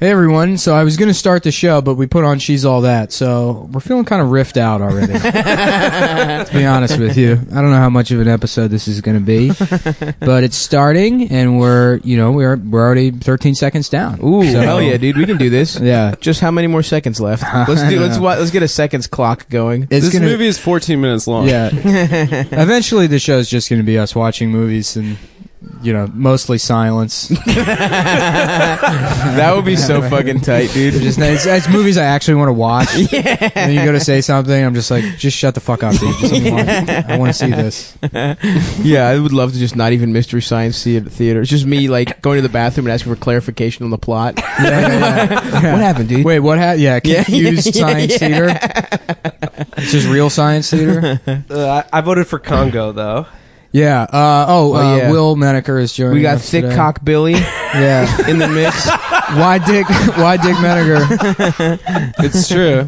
Hey everyone, so I was going to start the show, but we put on She's All That, so we're feeling kind of riffed out already. to be honest with you, I don't know how much of an episode this is going to be, but it's starting, and we're, you know, we're, we're already 13 seconds down. Ooh, So- hell yeah, dude, we can do this. Yeah. Just how many more seconds left? Let's do. Let's wa- let's get a seconds clock going. It's this gonna, movie is 14 minutes long. Yeah. Eventually, the show's just going to be us watching movies and, you know, mostly silence. that would be so fucking tight, dude. Just it's, it's movies I actually want to watch. yeah. And you go to say something, I'm just like, just shut the fuck up, dude. Just let me watch it. I want to see this. yeah, I would love to just not even mystery science thea- theater. It's just me like going to the bathroom and asking for clarification on the plot. Yeah, yeah, yeah. Yeah. What happened, dude? Wait, what happened? Yeah, Yeah, confused yeah, yeah, science yeah. theater. It's just real science theater. Uh, I I voted for Congo though. Yeah. Uh, oh, Oh, uh, yeah. Will Menaker is joining. we got us thick today. cock Billy Yeah. in the mix. Why Dick? Why Dick Menaker? It's true.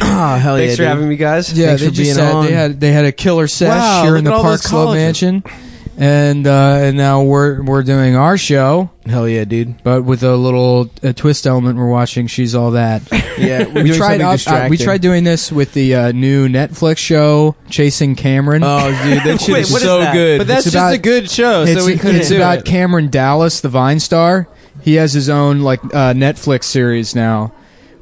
oh hell Thanks for yeah! dude. having me, guys. Yeah, Thanks they for just being said on. they had they had a killer sesh Wow, here in look the at all Park those Slope colleges. Mansion, and uh, and now we're we're doing our show, hell yeah, dude. but with a little uh twist element. We're watching She's All That. Yeah, we're we doing tried something uh, uh, we distracting. tried doing this with the uh, new Netflix show Chasing Cameron. Oh, dude, that shit Wait, is what is so that? good. But that's It's just about- a good show, it's, so we couldn't it's do about it. Cameron Dallas, the Vine star. He has his own like uh, Netflix series now,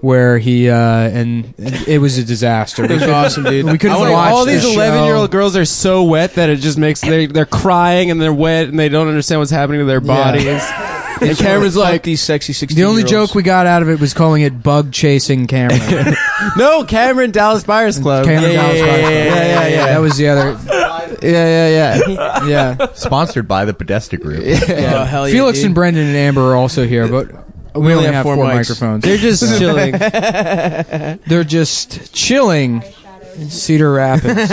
where he uh, and and it was a disaster. it was awesome, dude. We couldn't I wanna- watch all the these show. eleven-year-old girls are so wet that it just makes they they're crying and they're wet and they don't understand what's happening to their bodies. And Cameron's like- like these sexy sixteen. The only joke we got out of it was calling it bug chasing Cameron. No, Cameron Dallas Buyers Club. Cameron yeah, Dallas yeah, Buyers yeah, Club. yeah, yeah, yeah. That was the other. yeah, yeah, yeah. Yeah. Sponsored by the Podesta Group. Oh, hell yeah, Felix dude. and Brendan and Amber are also here, but we, only have, four, mics. microphones. They're just chilling. They're just chilling in Cedar Rapids.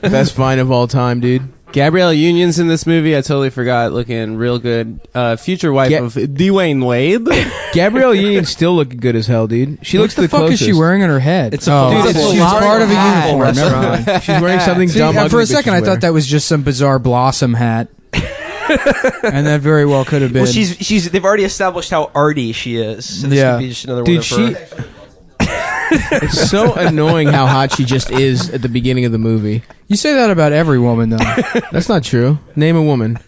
Best vine of all time, dude. Gabrielle Union's in this movie. I totally forgot. Looking real good. Uh, future wife Ga- of Dwayne Wade. Gabrielle Union's still looking good as hell, dude. She what looks the, the fuck closest. is she wearing on her head? It's a oh, full- Dude, it's a she's full part of a hat. uniform. Never mind. She's wearing something See, dumb. uh, ugly for a bitches second, I wear. thought that was just some bizarre blossom hat, and that very well could have been. Well, she's she's they've already established how arty she is. So this Yeah. could be just another Dude, one of she. her. it's so annoying how hot she just is at the beginning of the movie. you say that about every woman, though. That's not true. Name a woman.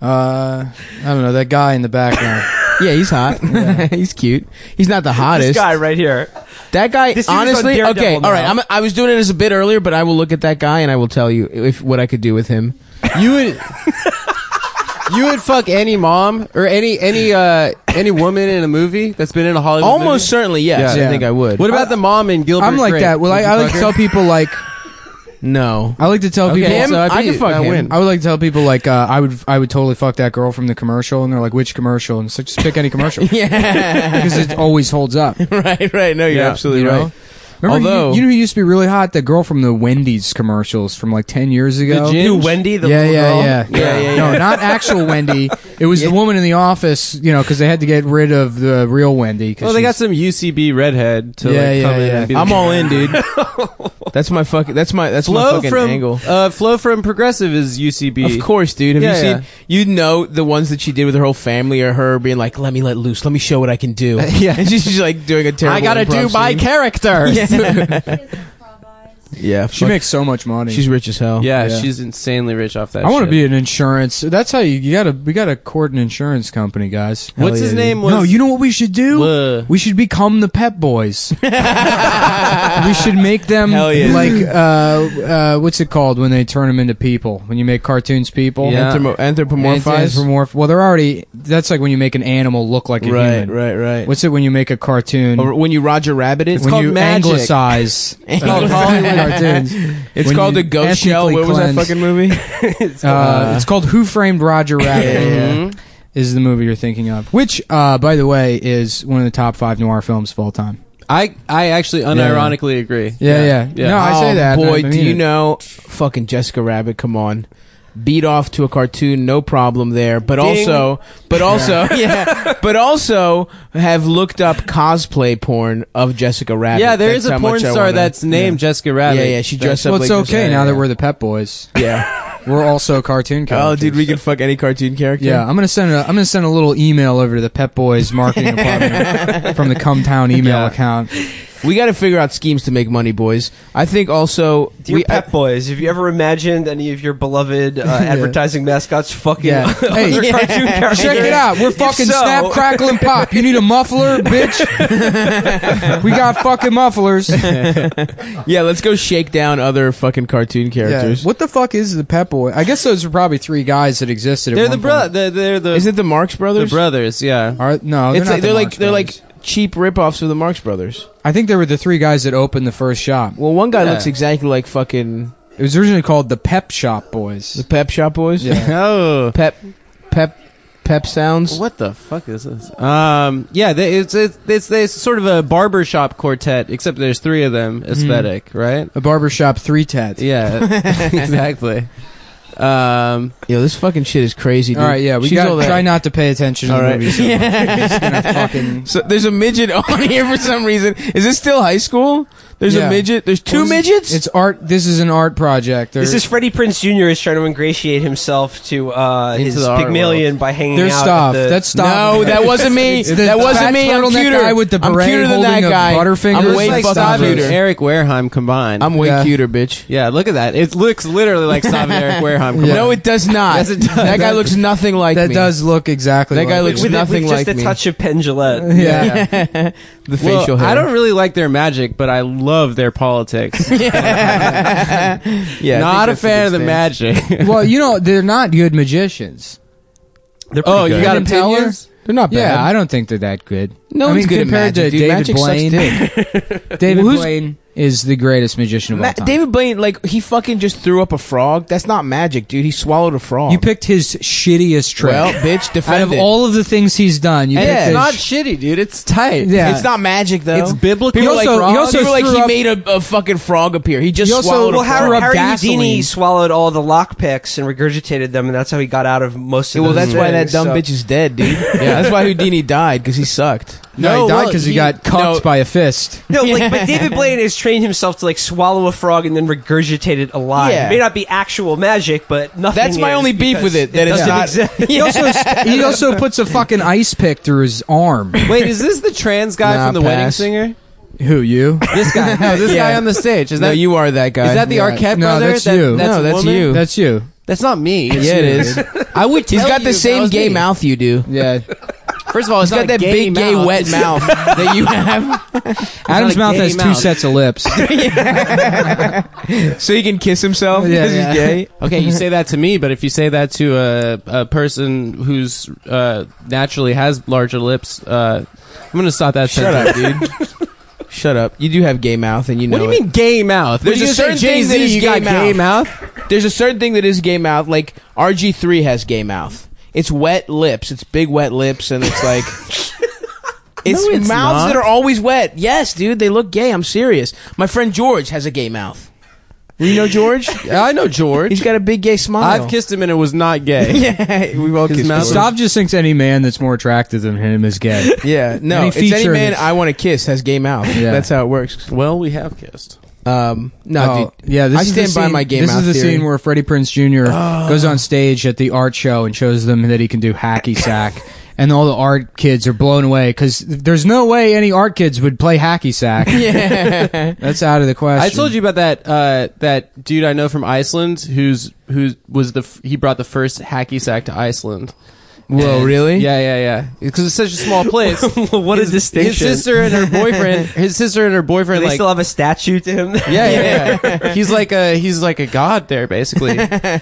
Uh, I don't know that guy in the background. Yeah, he's hot. he's cute. He's not the This hottest. guy right here. that guy, This dude is on honestly, Daredevil okay, all right. now. I'm, I was doing it as a bit earlier, but I will look at that guy and I will tell you if what I could do with him. You would You would fuck any mom or any any uh any woman in a movie that's been in a Hollywood movie? Almost certainly, yes. Yeah. I think I would. What about the mom in Gilbert I'm like Grape? that. Well, I, Would you I like fuck to her? tell people like No. I like to tell Okay, people. him? I, I beat could it. fuck I him. win. would like to tell people like uh, I would I would totally fuck that girl from the commercial, and they're like, which commercial? And it's like, just pick any commercial Yeah. because it always holds up. right, right. No, you're Yeah, absolutely you know? right. Remember, Although- you, you know who used to be really hot? That girl from the Wendy's commercials from like ten years ago. gin- Who, Wendy, the yeah, little yeah, girl? yeah, Yeah, yeah, No, not actual Wendy. It was the woman in the office, you know, because they had to get rid of the real Wendy. 'cause Well, they got she's- some UCB redhead to Yeah, like yeah, come in yeah. and be I'm the- all in, dude. That's my fucking. That's my. That's my Flo fucking from angle. uh Flo from Progressive is UCB. Of course, dude. Have Yeah, you yeah. seen? You know the ones that she did with her whole family, or her being like, "Let me let loose. Let me show what I can do." Yeah. and she's just, like doing a terrible. improv scene. character. Yeah. Yeah, She makes so much money. She's rich as hell. Yeah. she's insanely rich off that I want to shit. be an insurance. That's how you, you gotta. We gotta court an insurance company, guys. What's Hell his yeah, name? Was, No, you know what we should do? Whoa. We should become the Pep Boys. we should make them Hell yeah. like uh, uh, what's it called when they turn them into people? When you make cartoons people, Yeah. Anthropo- anthropomorphized. Anthropomorph- Well, they're already. That's like when you make an animal look like a Right, human. right, right. What's it when you make a cartoon? or when you Roger Rabbit it? It's when called you magic. anglicize It's uh, called Hollywood. cartoons. It's when called you the Ghost Shell. ethnically What was that cleanse- fucking movie? Uh, it's called Who Framed Roger Rabbit. Mm-hmm. Mhm. Is the movie you're thinking of? Which, uh, by the way, is one of the top five noir films of all time. I I actually unironically agree. Yeah, yeah. No, I say Oh, that. but I Boy, mean do you it. know fucking Jessica Rabbit? Come on. Beat off to a cartoon, no problem there. But also, but also, yeah. but also have looked up cosplay porn of Jessica Rabbit. Yeah, there That's is how a porn much I star wanna- that's named Jessica Rabbit. Yeah, yeah, she dressed Well, up it's like okay this. now Yeah, that yeah. we're the Pep Boys. Yeah. We're also cartoon characters. Oh, dude, we could fuck any cartoon character. Yeah, I'm gonna send a I'm gonna send a little email over to the Pep Boys marketing department from the Cumtown email Yeah. account. we got to figure out schemes to make money, boys. I think also Dear we- Pep Boys, have you ever imagined any of your beloved uh, advertising mascots fucking Yeah. other Hey, cartoon characters? Check it out. We're If fucking so- snap, crackle, and pop. You need a muffler, bitch? we got fucking mufflers. I- yeah, let's go shake down other fucking cartoon characters. What the fuck is the Pep Boy? I guess those are probably three guys that existed. They're at the one brother. point. They're, they're the Is it the Marx the Brothers? brothers? Yeah. Are- no, they're not the It's like, they're Marx like they're Brothers. like cheap ripoffs of the Marx Brothers. I think they were the three guys that opened the first shop. Well, one guy Yeah. looks exactly like fucking It was originally called the Pep Shop the Boys. Pep Shop Boys. Yeah. Oh. Pep, Pep, Pep sounds. What the fuck is this? Um, yeah, they, it's, it's it's it's sort of a barbershop quartet, except there's three of them. Mm-hmm. Aesthetic, right? A barbershop three tat. Yeah, exactly. Um, Yo, this fucking shit is crazy. Dude. All right, yeah, we She's all got that- try not to pay attention to All the right. movies. Just gonna fucking- So there's a midget on here for some reason. Is this still high school? There's Yeah. a midget. There's two Well, this- midgets. It's art. This is an art project. There's, This is Freddie Prince Jr. is trying to ingratiate himself to uh, Into his the art Pygmalion by hanging They're out. stopped. At the, That's stopped. No, that wasn't me. It's the that wasn't fat me. I'm turtleneck cuter. guy with the I'm beret cuter than that holding a guy. Butterfinger. I'm Looks way like fucking Sabu. cuter. Eric Wareheim combined. I'm way Yeah. cuter, bitch. yeah, look at that. It looks literally like Sav Eric Wareheim combined. Yeah. No, it does not. Yes, it does. That guy looks nothing like that me. does look exactly. That guy like looks it. with, nothing with like just me. a touch of Penn Jillette. Yeah. the Well, facial hair. I don't really like their magic, but I love their politics. Yeah, I Not a think that's fan of the good stance. magic. well, you know they're not good magicians. They're pretty oh, you good. got Penn and Teller? opinions? They're not bad. Yeah, I don't think they're that good. no I one's mean, good at compared magic, to dude. David Magic sucks Blaine. dick. David Who's- Blaine is the greatest magician of Ma- all time. David Blaine, like he fucking just threw up a frog. That's not magic, dude. He swallowed a frog. you picked his shittiest trick. well, bitch, defend Out of it. all of the things he's done, you And picked it's his Not shitty, dude. It's tight. Yeah. It's not magic though. It's biblical. People He were also- like, he also people were like threw he up- made a, a fucking frog appear. He just He also- swallowed Well, a Harry, frog. up Harry gasoline. Houdini swallowed all the lock picks and regurgitated them, and that's how he got out of most of. Yeah, well, those that's why that things, dumb so- bitch is dead, dude. Yeah, that's why Houdini died because he sucked. no, he died look, because he, he- got cucked no. by a fist. No, like, but David Blaine has trained himself to like swallow a frog and then regurgitate it alive. Yeah. It may not be actual magic, but nothing. That's my is only beef because with it, that it's doesn't not- exist. He also he also puts a fucking ice pick through his arm. Wait, is this the trans guy Nah, from the wedding pass. singer? Who you? This guy. No, this Yeah. guy on the stage. Is no, that you are that guy. Is that the Yeah. Arquette No, brother? that's you. That's, No, a that's woman? you. That's you. That's not me. Yeah, it is. I would. He's tell got you the if that same was gay me. mouth you do. Yeah. First of all, it's He's got that big gay wet mouth that you have, Adam's not mouth a gay has two mouth. sets of lips. so he can kiss himself Yeah, because yeah. he's gay. Oh, Okay, you say that to me, but if you say that to a, a person who's uh, naturally has larger lips, uh, I'm gonna stop that. Shut sentence. up, dude. Shut up. You do have gay mouth, and you know What do you it. mean gay mouth? There's When a you say certain thing Jay-Z, that is you gay got gay mouth. There's a certain thing that is gay mouth. Like RG3 has gay mouth. It's wet lips. It's big wet lips, and it's like. It's, No, it's mouths not. that are always wet. Yes, dude, they look gay. I'm serious. My friend George has a gay mouth. You know George? Yeah, I know He's George. got a big gay smile. I've kissed him and it was not gay. Yeah, we've all His kissed. mouth- before. Stav just thinks any man that's more attractive than him is gay. Yeah, no. Any It's any feature man is- I want to kiss has gay mouth. Yeah. That's how it works. well, we have kissed. Um, no, Oh, dude. yeah, this I is stand the by scene, my gay This mouth is the theory. Oh. scene where Freddie Prince Jr. goes on stage at the art show and shows them that he can do hacky sack, and all the art kids are blown away because there's no way any art kids would play hacky sack. Yeah. That's out of the question. I told you about that uh, that dude I know from Iceland who's who was the f- he brought the first hacky sack to Iceland. Whoa, really? Yeah, yeah, yeah. Because it's such a small place. what a his distinction. sister and her boyfriend. His sister and her Do boyfriend they like still have a statue to him. yeah, yeah, yeah. he's like a he's like a god there basically.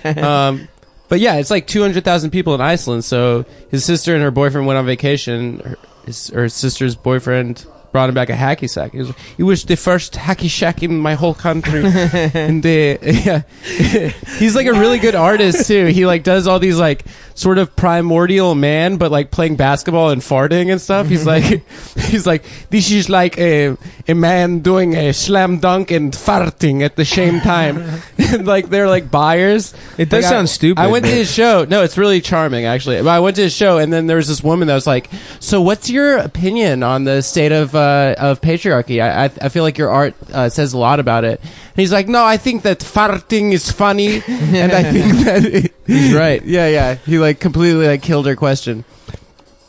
Um, but yeah, it's like two hundred thousand people in Iceland. So his sister and her boyfriend went on vacation. Her, his, her sister's boyfriend brought him back a hacky sack. He was, "It was the first hacky sack in my whole country. and the yeah, he's like a really good artist too. He like does all these like sort of primordial man, but like playing basketball and farting and stuff. He's like, he's like, this is like a a man doing a slam dunk and farting at the same time. and like they're like buyers. It does Like, I- sound stupid, I went to but- his show. No, it's really charming actually. But I went to his show, and then there was this woman that was like, "So, what's your opinion on the state of uh, of patriarchy? I, I I feel like your art uh, says a lot about it." And he's like, "No, I think that farting is funny, and I think that He's right. yeah, yeah." He like completely like killed her question.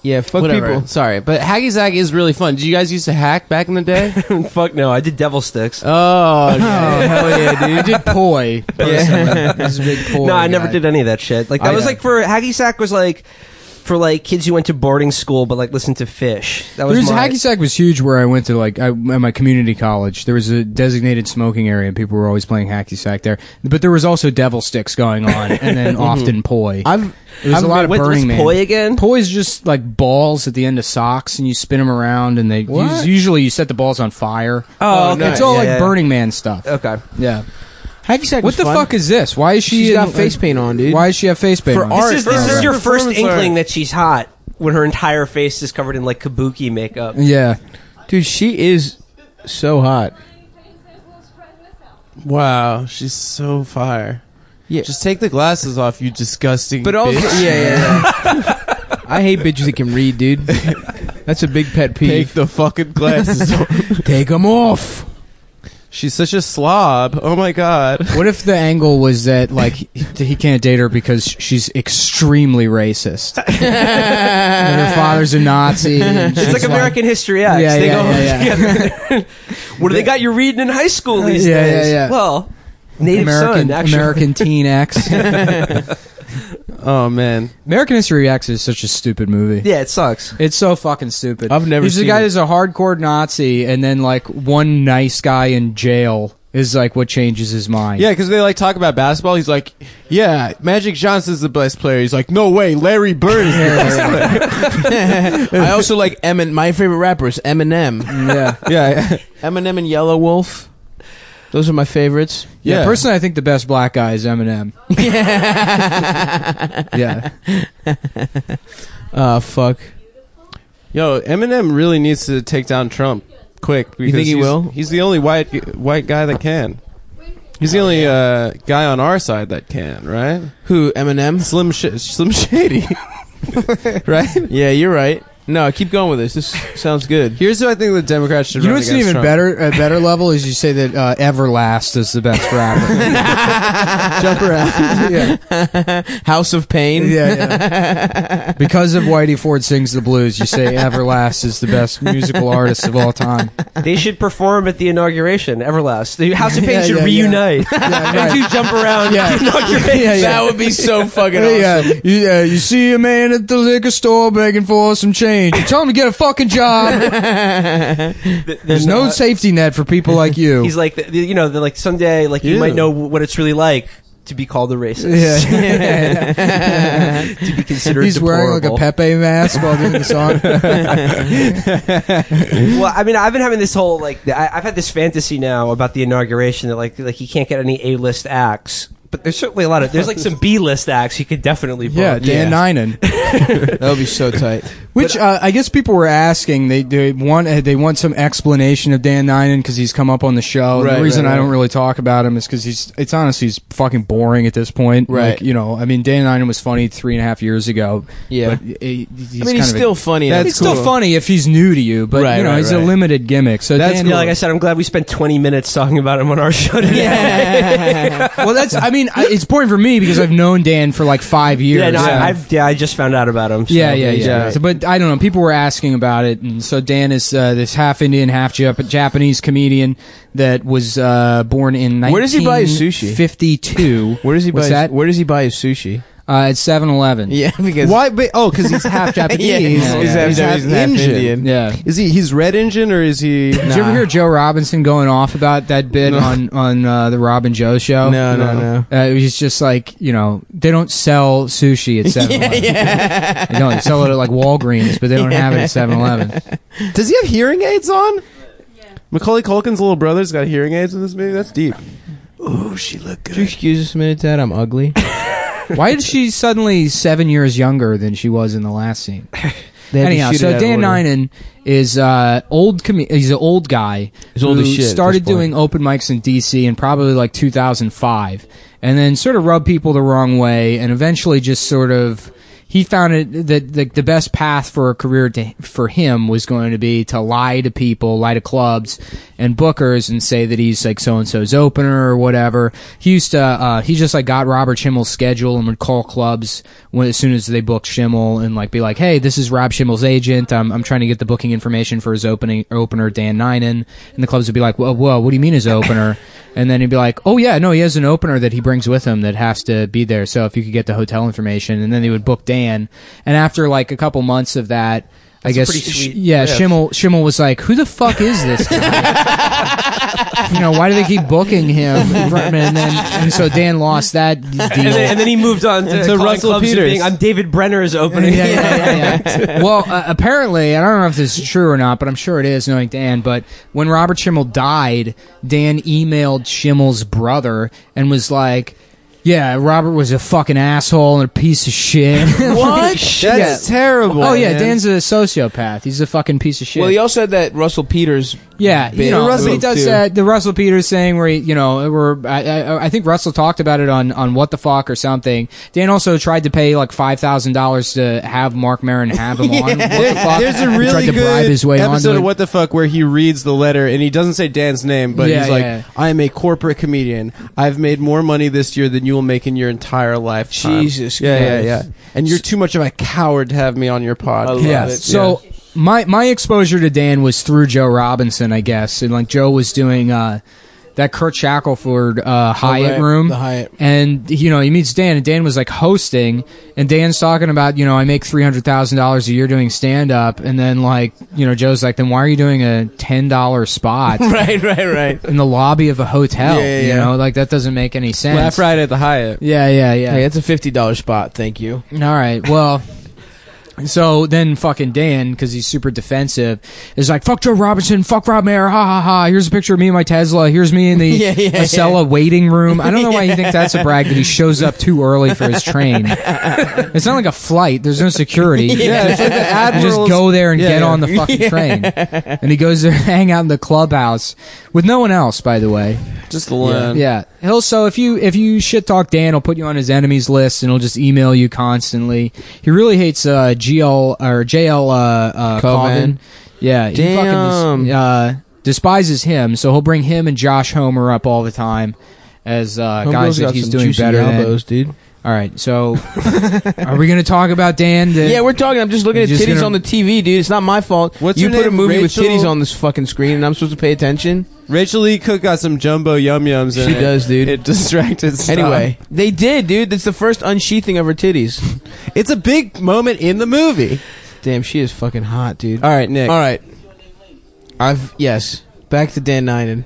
Yeah, fuck Whatever. people. Sorry, but hacky sack is really fun. Did you guys used to hack back in the day? Fuck no, I did devil sticks. oh, Oh hell yeah, dude! You did poi. Yeah, this is a big poi. no, I never guy. did any of that shit. Like that I was got- like for Haggy Sack was like for like kids who went to boarding school but like listened to Fish. That was There's my, hacky sack was huge where I went to like I, at my community college. There was a designated smoking area, and people were always playing hacky sack there. But there was also devil sticks going on, and then Mm-hmm. often poi. I've There's I've a lot of What- Burning what's Man. poi again? Poi's just like balls at the end of socks, and you spin them around, and they What? us- usually you set the balls on fire. Oh, okay. it's all Yeah, like yeah. Uh, Burning Man stuff. Okay. Yeah. hacky sack. What the fuck is this? Why is she She's got in- face paint on, dude. Why does she have face paint For on? art, This is, this bro. is your first Performance art. inkling that she's hot when her entire face is covered in like kabuki makeup. Yeah. dude? She is so hot. wow, she's so fire. Yeah. Just take the glasses off, you disgusting. But also, yeah, yeah, yeah. I hate bitches that can read, dude. That's a big pet take peeve. the fucking glasses off. Take them off. She's such a slob. Oh my god. What if the angle was that like he, he can't date her because she's extremely racist? and her father's a Nazi. and she's It's like American History X. Yeah, they yeah, go yeah, yeah. What do they got you reading in high school these Yeah, yeah, days? yeah. Well, Native American Son, actually. American Teen X. Oh man. American History X is such a stupid movie. Yeah, it sucks. It's so fucking stupid. I've never He's seen the guy it. that's a hardcore Nazi, and then like one nice guy in jail is like what changes his mind. Yeah, because they like talk about basketball. He's like, yeah, Magic Johnson's the best player. He's like, no way, Larry Bird is the best player. I also like Emin. My favorite rapper is Eminem. yeah. yeah, Eminem and Yellow Wolf. Those are my favorites. Yeah, Yeah. personally, I think the best black guy is Eminem. Ah, yeah, Uh, fuck. Yo, Eminem really needs to take down Trump quick. Because think he he's- will? He's the only white white guy that can. He's the only uh, guy on our side that can, right? Who Eminem? Slim sh- Slim Shady. right? Yeah, you're right. No, keep going with this. This sounds good. Here's who I think the Democrats should. you know run what's an against even Trump. better a better level is you say that uh, Everlast is the best rapper. Jump around, yeah, House of Pain. yeah, yeah. Because of Whitey Ford sings the blues, you say Everlast is the best musical artist of all time. They should perform at the inauguration, Everlast. The House of Pain Yeah, should yeah, yeah. reunite. right. They do jump around Yeah. at the inauguration. Yeah, yeah. That would be so fucking awesome. Yeah, you, uh, you see a man at the liquor store begging for some change. You tell him to get a fucking job. There's no safety net for people like you. He's like, the- you know, they're like someday, like you Ew. might know what it's really like to be called a racist. yeah. yeah. to be considered He's wearing like a deplorable. Pepe mask while doing the song. Well, I mean, I've been having this whole like I, I've had this fantasy now about the inauguration that like like he can't get any A list acts, but there's certainly a lot of there's like some B list acts he could definitely book. yeah, Dan Ninen. That would be so tight. Which uh, I guess people were asking. They they want uh, they want some explanation of Dan Ninen because he's come up on the show. Right, the reason right, I don't right. really talk about him is because he's it's honestly he's fucking boring at this point. Right. Like, you know, I mean, Dan Ninen was funny three and a half years ago. Yeah. But uh, he- he's I mean, kind he's of a- still funny. It's still funny if he's new to you, but Right, you know right, he's a right. limited gimmick. So That's Dan, yeah, like I said, I'm glad we spent 20 minutes talking about him on our show today. Yeah. well, that's I mean I, it's important for me because I've known Dan for like five years. Yeah, no, Yeah. I, I've, yeah, I just found out about him. so- uh, yeah, yeah, yeah. yeah. So, but I don't know. People were asking about it, and so Dan is uh, this half Indian, half Jap- Japanese comedian that was uh, born in Where does he buy his sushi? Fifty-two. Where does he buy? What's His, that? Where does he buy his sushi? Uh, at Seven Eleven. Yeah, because Why? But, oh, because he's he's half Japanese. Yeah, he's- he's half- he's half Indian. Yeah. is he? He's red engine or is he? Did you ever hear Joe Robinson going off about that bit on on uh, the Rob and Joe show? No, no, no. Uh, he's just like you know they don't sell sushi at Seven Eleven. yeah. They don't they sell it at like Walgreens, but they don't have it at Seven Eleven. Does he have hearing aids on? Macaulay Culkin's little brother's got hearing aids in this movie. That's deep. Could you excuse us a minute, Dad? I'm ugly. Why is she suddenly seven years younger than she was in the last scene? had to Anyhow, shoot it out so of Dan order. Ninen is uh, old. Com- he's an old guy. He's old who as shit at this Started point. doing open mics in DC in probably like 2005, and then sort of rubbed people the wrong way, and eventually just sort of he found it that the, the best path for a career to, for him was going to be to lie to people, lie to clubs and bookers, and say that he's like so and so's opener or whatever. He used to uh, he just like got Robert Schimmel's schedule and would call clubs when as soon as they booked Schimmel and like be like, hey, this is Rob Schimmel's agent. I'm I'm trying to get the booking information for his opening opener Dan Ninen, and the clubs would be like, whoa, whoa, what do you mean his opener? And then he'd be like, "Oh yeah, no, he has an opener that he brings with him that has to be there. So if you could get the hotel information, and then they would book Dan." And after like a couple months of that, I guess pretty sweet sh- yeah, Schimmel Schimmel was like, "Who the fuck is this guy?" you know, why do they keep booking him? And then and so Dan lost that And then, deal. and then he moved on to, calling Russell clubs and Peters. being, I'm David Brenner's opening. Yeah, yeah, yeah, yeah. well, uh, apparently, I don't know if this is true or not, but I'm sure it is, knowing Dan. But when Robert Schimmel died, Dan emailed Schimmel's brother and was like, "Yeah, Robert was a fucking asshole and a piece of shit." What? That's terrible. oh yeah, man. Dan's a sociopath. He's a fucking piece of shit. Well, he also had that Russell Peters. Yeah, bit you know, move, he does too. that. The Russell Peters thing, where he, you know, where I, I, I think Russell talked about it on on what the fuck or something. Dan also tried to pay like five thousand dollars to have Mark Maron have him on. What the fuck? There's a He tried really to good bribe his way onto episode it. of What the Fuck where he reads the letter and he doesn't say Dan's name, but Yeah, he's like, yeah. "I am a corporate comedian. I've made more money this year than you will make in your entire lifetime." Jesus yeah, yeah, Christ. yeah. And you're too much of a coward to have me on your pod. I love yeah. it. So my my exposure to Dan was through Joe Robinson, I guess, and like Joe was doing uh, that Kurt Shackelford uh, Hyatt right, room, the Hyatt. and you know he meets Dan, and Dan was like hosting, and Dan's talking about you know I make three hundred thousand dollars a year doing stand up, and then like you know Joe's like then why are you doing a ten dollar spot Right, right, right. in the lobby of a hotel? Yeah, yeah, You yeah. know like that doesn't make any sense. Laugh Friday at the Hyatt. Yeah, yeah, yeah. Hey, that's a fifty dollars spot. Thank you. All right. Well, so then fucking Dan, because he's super defensive, is like, fuck Joe Robinson, fuck Rob Mayer, ha ha ha. Here's a picture of me and my Tesla. Here's me in the Yeah, yeah, yeah. Acela waiting room. I don't know why you think that's a brag that he shows up too early for his train. it's not like a flight, there's no security. Yeah, it's like the You just Admiral's- go there and Yeah, get yeah. on the fucking train. And he goes there, hang out in the clubhouse with no one else, by the way. Just alone. Yeah, he'll. So if you if you shit talk Dan, he'll put you on his enemies list and he'll just email you constantly. He really hates uh, GL or JL uh, uh, Coven. Colvin. Yeah, he fucking Damn. des- uh, despises him. So he'll bring him and Josh Homer up all the time as uh, guys Homegirl's that got he's some doing juicy better. than. elbows, dude. All right, so are we going to talk about Dan? The- Yeah, we're talking. I'm just looking You're at just titties gonna- on the TV, dude. It's not my fault. What's you her put a name? movie with Rachel- titties on this fucking screen, and I'm supposed to pay attention. Rachel Lee Cook got some jumbo yum yums. She does, dude. It distracted. Stuff. Anyway, they did, dude. That's the first unsheathing of her titties. it's a big moment in the movie. Damn, she is fucking hot, dude. All right, Nick. All right. I've yes. Back to Dan Ninen.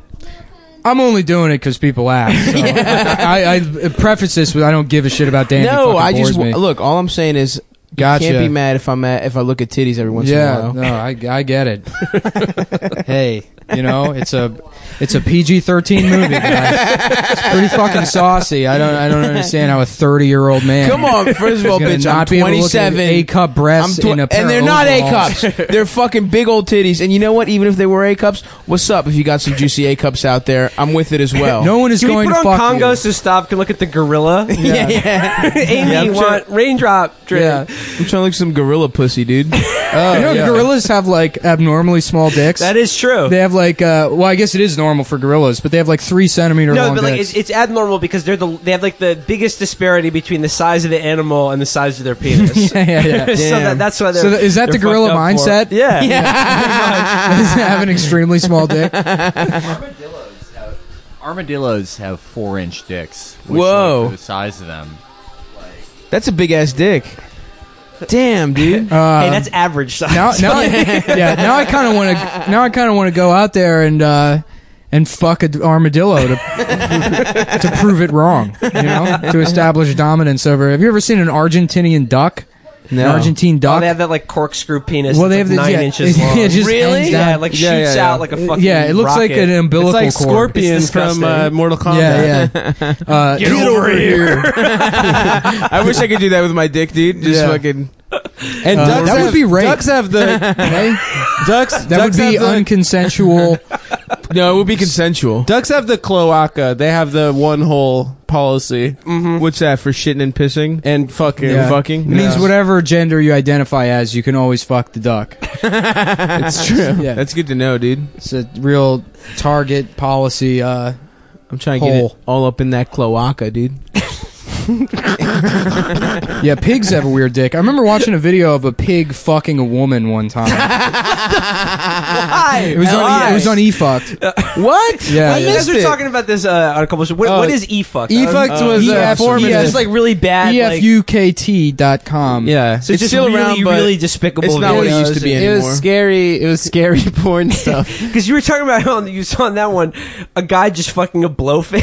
I'm only doing it because people ask. So I, I preface this with I don't give a shit about Dan. He no, fucking I just bores me. look. All I'm saying is, Gotcha. you can't be mad if I'm at, if I look at titties every once yeah, in a while. no, I, I get it. hey, you know it's a it's a PG thirteen movie. Guys. It's pretty fucking saucy. I don't I don't understand how a thirty year old man. Come on, first of all, is gonna bitch, not I'm be able to look at 27. A cup I'm breasts tw- in a pair and they're of not A overalls. cups. They're fucking big old titties. And you know what? Even if they were A cups, what's up? If you got some juicy A cups out there, I'm with it as well. No one is Can we going put to on fuck Congos to stop? Can look at the gorilla. yeah, yeah. Amy, Yeah, I'm you sure- want raindrop you. drip? Yeah. I'm trying to look some gorilla pussy, dude. you know, gorillas have like abnormally small dicks. Oh, That is true. they have like uh, well, I guess it is normal for gorillas, but they have like three centimeter no, long but like dicks. it's, it's abnormal because they're the they have like the biggest disparity between the size of the animal and the size of their penis. yeah, yeah, yeah. so that, that's why. They're, So is that the they're gorilla fucked up for. mindset? Yeah. have an extremely small dick. Armadillos have, armadillos have four inch dicks. Which Whoa. like, for the size of them. That's a big ass dick. Damn, dude. Uh, hey, that's average size. now, now I, yeah, now I kind of want to. Now I kind of want to go out there and uh, and fuck an armadillo to to prove it wrong. You know, to establish dominance over. Have you ever seen an Argentinian duck? An Argentine Oh, doc. they have that like corkscrew penis. Well, Well, they they have the- nine yeah, inches it- long. it just Really? hangs Yeah, down. it, like Yeah, yeah, shoots yeah. out like a fucking. yeah, it looks like rocket. an umbilical It's like cord. Scorpion It's from uh, disgusting. Mortal Kombat. Yeah, yeah. Uh, Get over here. I wish I could do that with my dick, dude. Just Yeah. fucking. And Uh, ducks that would have- be rape. Ducks have the okay? ducks. That would ducks be have uh, the, unconsensual. No, it would be consensual. ducks have the cloaca. They have the one hole policy What's that for? Shitting and pissing. and fucking. Yeah. Fucking It means whatever gender you identify as, you can always fuck the duck. It's true. Yeah, That's good to know, dude. it's a real target policy. Uh, I'm trying to get Hole. it all up in that cloaca, dude. yeah, pigs have a weird dick. I remember watching a video of a pig fucking a woman one time. Why? It was on. It was on E fucked. What? Yeah, I yeah. guys were talking about this uh, on a couple. Of shows. What, Oh, what is e fuck? E-fucked was, uh, formative. It's like really E bad. like- EFUKT dot com. Yeah. So it's just really, really despicable. it's not what it used to be It anymore. was scary. It was scary porn stuff. Because you were talking about on you saw on that one a guy just fucking a blowfish.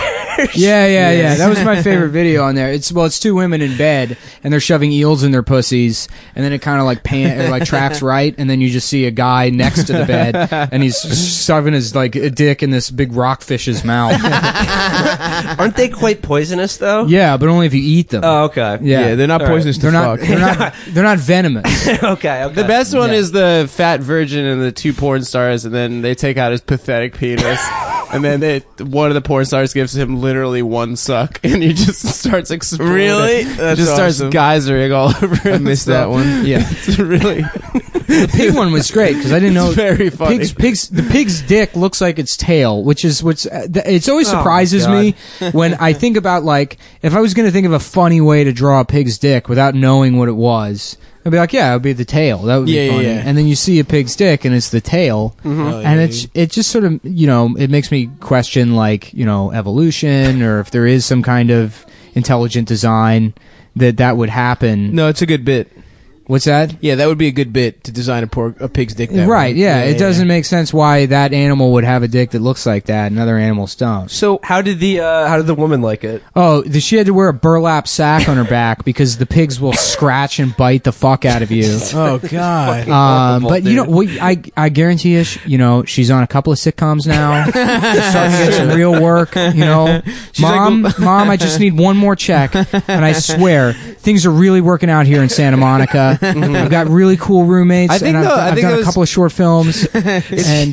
Yeah, yeah, yeah. That was my favorite video on there. It's well, it's two women in bed and they're shoving eels in their pussies, and then it kind of like pan or like tracks right, and then you just see a guy next to the bed and he's shoving his like a dick in this big rockfish's mouth. Aren't they quite poisonous though? yeah, but only if you eat them. Oh, okay. yeah. they're not All right. poisonous they're to not. fuck. They're not. They're not venomous. okay. Okay. The best one Yeah. is the fat virgin and the two porn stars, and then they take out his pathetic penis. And then they, one of the porn stars gives him literally one suck, and he just starts exploding. Really? It That's just awesome. starts geysering all over him. I missed that one. Yeah, It's really the pig one was great because I didn't know it's very funny. Pigs, pigs, the pig's dick looks like its tail, which is what's. Uh, th- it's always Oh, my surprises me when I think about like if I was going to think of a funny way to draw a pig's dick without knowing what it was, I'd be like, yeah, it would be the tail. That would Yeah, be yeah, funny. yeah. Mm-hmm. And then you see a pig's dick, and it's the tail, and it's it just sort of you know it makes me question like you know evolution or if there is some kind of intelligent design that that would happen. No, it's a good bit. What's that? Yeah, that would be a good bit to design a pork, a pig's dick. That Right, way. yeah, it doesn't make sense why that animal would have a dick that looks like that and other animals don't. So how did the uh, how did the woman like it? Oh, the, she had to wear a burlap sack on her back because the pigs will scratch and bite the fuck out of you. Oh god. Um, but you know, what I I guarantee you, sh- you know, she's on a couple of sitcoms now. She's starting to get some real work. You know, mom, mom, I just need one more check, and I swear things are really working out here in Santa Monica. I've got really cool roommates, Mm-hmm. I think and I've, though- I I've think done it a was- couple of short films, and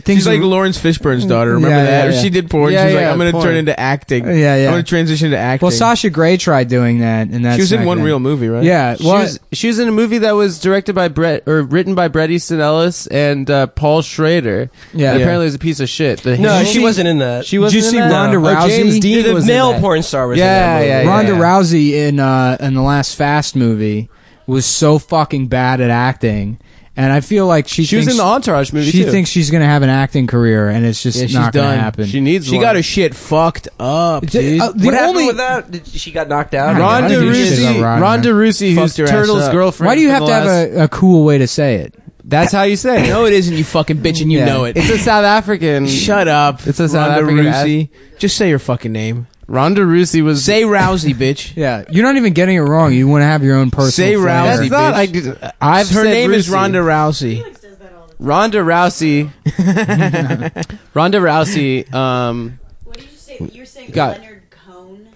things She's like are Lawrence Fishburne's daughter. Remember Yeah, that? yeah, Or yeah. she did porn. Yeah, She's like, yeah, I'm going to porn. turn into acting. Yeah, yeah. I'm going to transition to acting. Well, Sasha Grey tried doing that, and that's she was in not one good. real movie, right? Yeah, She well, was, she was in a movie that was directed by Brett or written by Brett Easton Ellis and uh, Paul Schrader. Yeah. Yeah. And apparently it was a piece of shit. The No, Did you she see- wasn't in that. she did was. you see Ronda Rousey? James Dean the was male in that. porn star was Yeah, in that movie. yeah, yeah. Ronda Rousey in uh, in the last Fast movie was so fucking bad at acting, and I feel like she She was thinks, in the Entourage movie she too. thinks she's gonna have an acting career, and it's just Yeah, she's not gonna done. happen. she needs. She one. got her shit fucked up, D- dude. uh, the What happened only with that? Did she got knocked out? I Ronda don't give a shit about Rousey. Ronda. Ronda Rousey, who's Fucked her ass Turtles' up. girlfriend. why do you from have the to have last- a, a cool way to say it? That's how you say. it. no, it isn't. You fucking bitch, and you Yeah. know it. It's a South African. Shut up. It's a South Ronda African Rousey. Just say your fucking name. Ronda Rousey was. Say Rousey, bitch. Yeah, you're not even getting it wrong. You want to have your own personal. Say flair. Rousey. that's not. I, uh, I've her said name is Rousey. Ronda Rousey. Ronda Rousey. Ronda Rousey. Um, What did you say? You're saying Got- Leonard Cohen?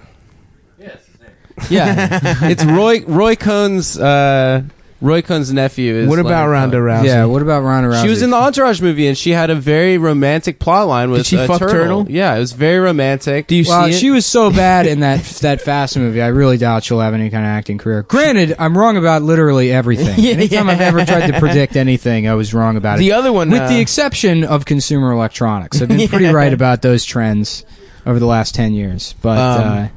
yeah, it's Roy Roy Cohn's uh, Roy Cohn's nephew. Is What about Leonard Ronda Cohn. Rousey? Yeah, what about Ronda Rousey? She was in the Entourage movie, and she had a very romantic plot line with she a fuck Turtle? Yeah, it was very romantic. Do you Wow, see it? she was so bad in that that Fast movie. I really doubt she'll have any kind of acting career. Granted, I'm wrong about literally everything. Anytime I've ever tried to predict anything, I was wrong about the it. other one With uh, the exception of consumer electronics, I've been pretty right about those trends over the last ten years. But Um, uh,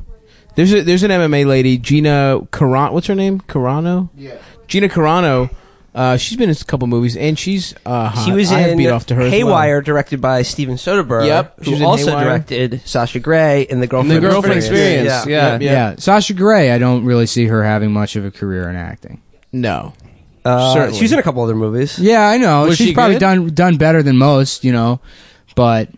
There's a, there's an MMA lady, Gina Carano. What's her name? Carano. Yeah. Gina Carano. Uh, she's been in a couple movies, and she's uh, hot. She was I have in beat off to her as well. Haywire, directed by Steven Soderbergh. Yep, she was who in also Haywire. directed Sasha Grey in the Girlfriend, the girlfriend Experience. experience? Yeah. Yep, yeah. Sasha Grey, I don't really see her having much of a career in acting. No. Uh, Certainly. she was in a couple other movies. Yeah, I know Was she's she probably good? done done better than most, you know. But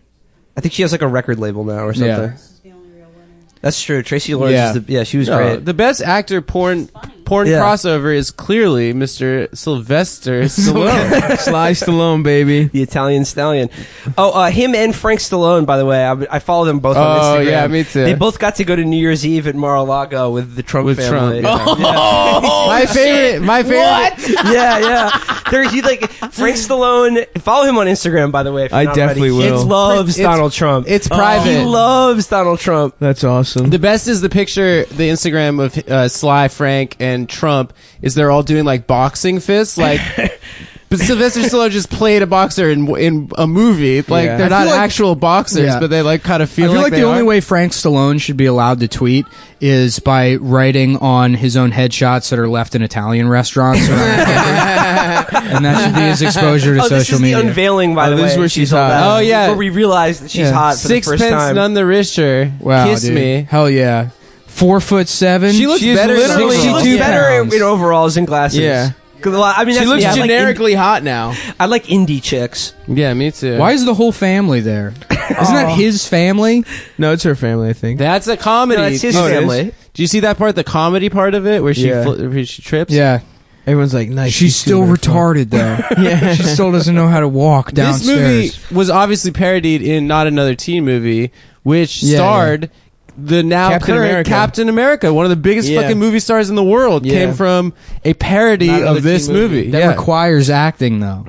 I think she has like a record label now or something. Yeah. This is the only real winner. That's true. Tracy Lawrence. Yeah. Is the, yeah, she was No, great. The best actor porn porn Yeah. crossover is clearly Mr. Sylvester Stallone. Sly Stallone, baby. The Italian Stallion. Oh, uh, him and Frank Stallone, by the way. I, I follow them both on Oh, Instagram. yeah, me too. They both got to go to New Year's Eve at Mar-a-Lago with the Trump With family. Trump, my favorite. My favorite. Yeah. yeah, yeah. There, he like Frank Stallone. Follow him on Instagram, by the way. If you're I not definitely already. will. He loves It's- Donald Trump. It's private. Oh, He loves Donald Trump. That's awesome. The best is the picture, the Instagram of uh, Sly, Frank, and Trump is they're all doing like boxing fists, like. But Sylvester Stallone just played a boxer in in a movie. Like Yeah. they're I feel not like- actual boxers, Yeah. but they like kind of feel. I feel like, they the only are. way Frank Stallone should be allowed to tweet is by writing on his own headshots that are left in Italian restaurants, around the country. and that should be his exposure to oh, this social is media. the unveiling, by Oh, the way. this is where she's all hot. that. Oh, This is yeah. where we realize that she's hot for the Sixpence first time. none the richer. wow, kiss dude. me. Hell yeah, four foot seven. She looks She's better than literally she looks 62 better in, pounds. in overalls and glasses. Yeah. I mean, She that's looks me. I like in- generically hot now. I like indie chicks. Yeah, me too. Why is the whole family there? Isn't that his family? No, it's her family, I think. That's a comedy. No, it's his Oh, it is? family. Do you see that part? The comedy part of it where she Yeah. fl- where she trips. Yeah, Everyone's like, nice. she's still YouTuber. retarded though. yeah, she still doesn't know how to walk downstairs. This movie was obviously parodied in Not Another Teen Movie, which Yeah, starred the now Captain current America. Captain America, one of the biggest Yeah. fucking movie stars in the world, Yeah. came from a parody Not Another of this Teen Movie. movie. that Yeah. requires acting though.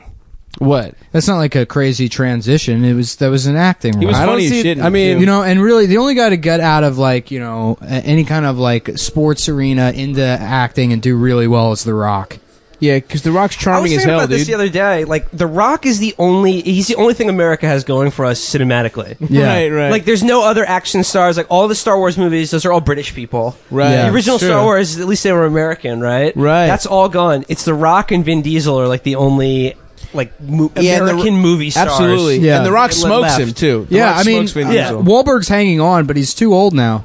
what? That's not like a crazy transition. It was that was an acting. He was role. I don't funny as see- shit. in I it, mean, too. You know, and really, the only guy to get out of like you know a- any kind of like sports arena into acting and do really well is The Rock. yeah, because The Rock's I was charming as thinking hell, about dude. this the other day. Like, The Rock is the only, he's the only thing America has going for us cinematically. Yeah. Right, right. Like, there's no other action stars. Like, all the Star Wars movies, those are all British people. Right. Yeah. The original It's true. Star Wars, at least they were American, right? Right. That's all gone. It's The Rock and Vin Diesel are like the only, like, mo- Yeah, and The- American movie stars. Absolutely. Yeah. And The Rock Left. smokes him, too. The yeah, Rock I mean, smokes Vin yeah. Diesel. Wahlberg's hanging on, but he's too old now.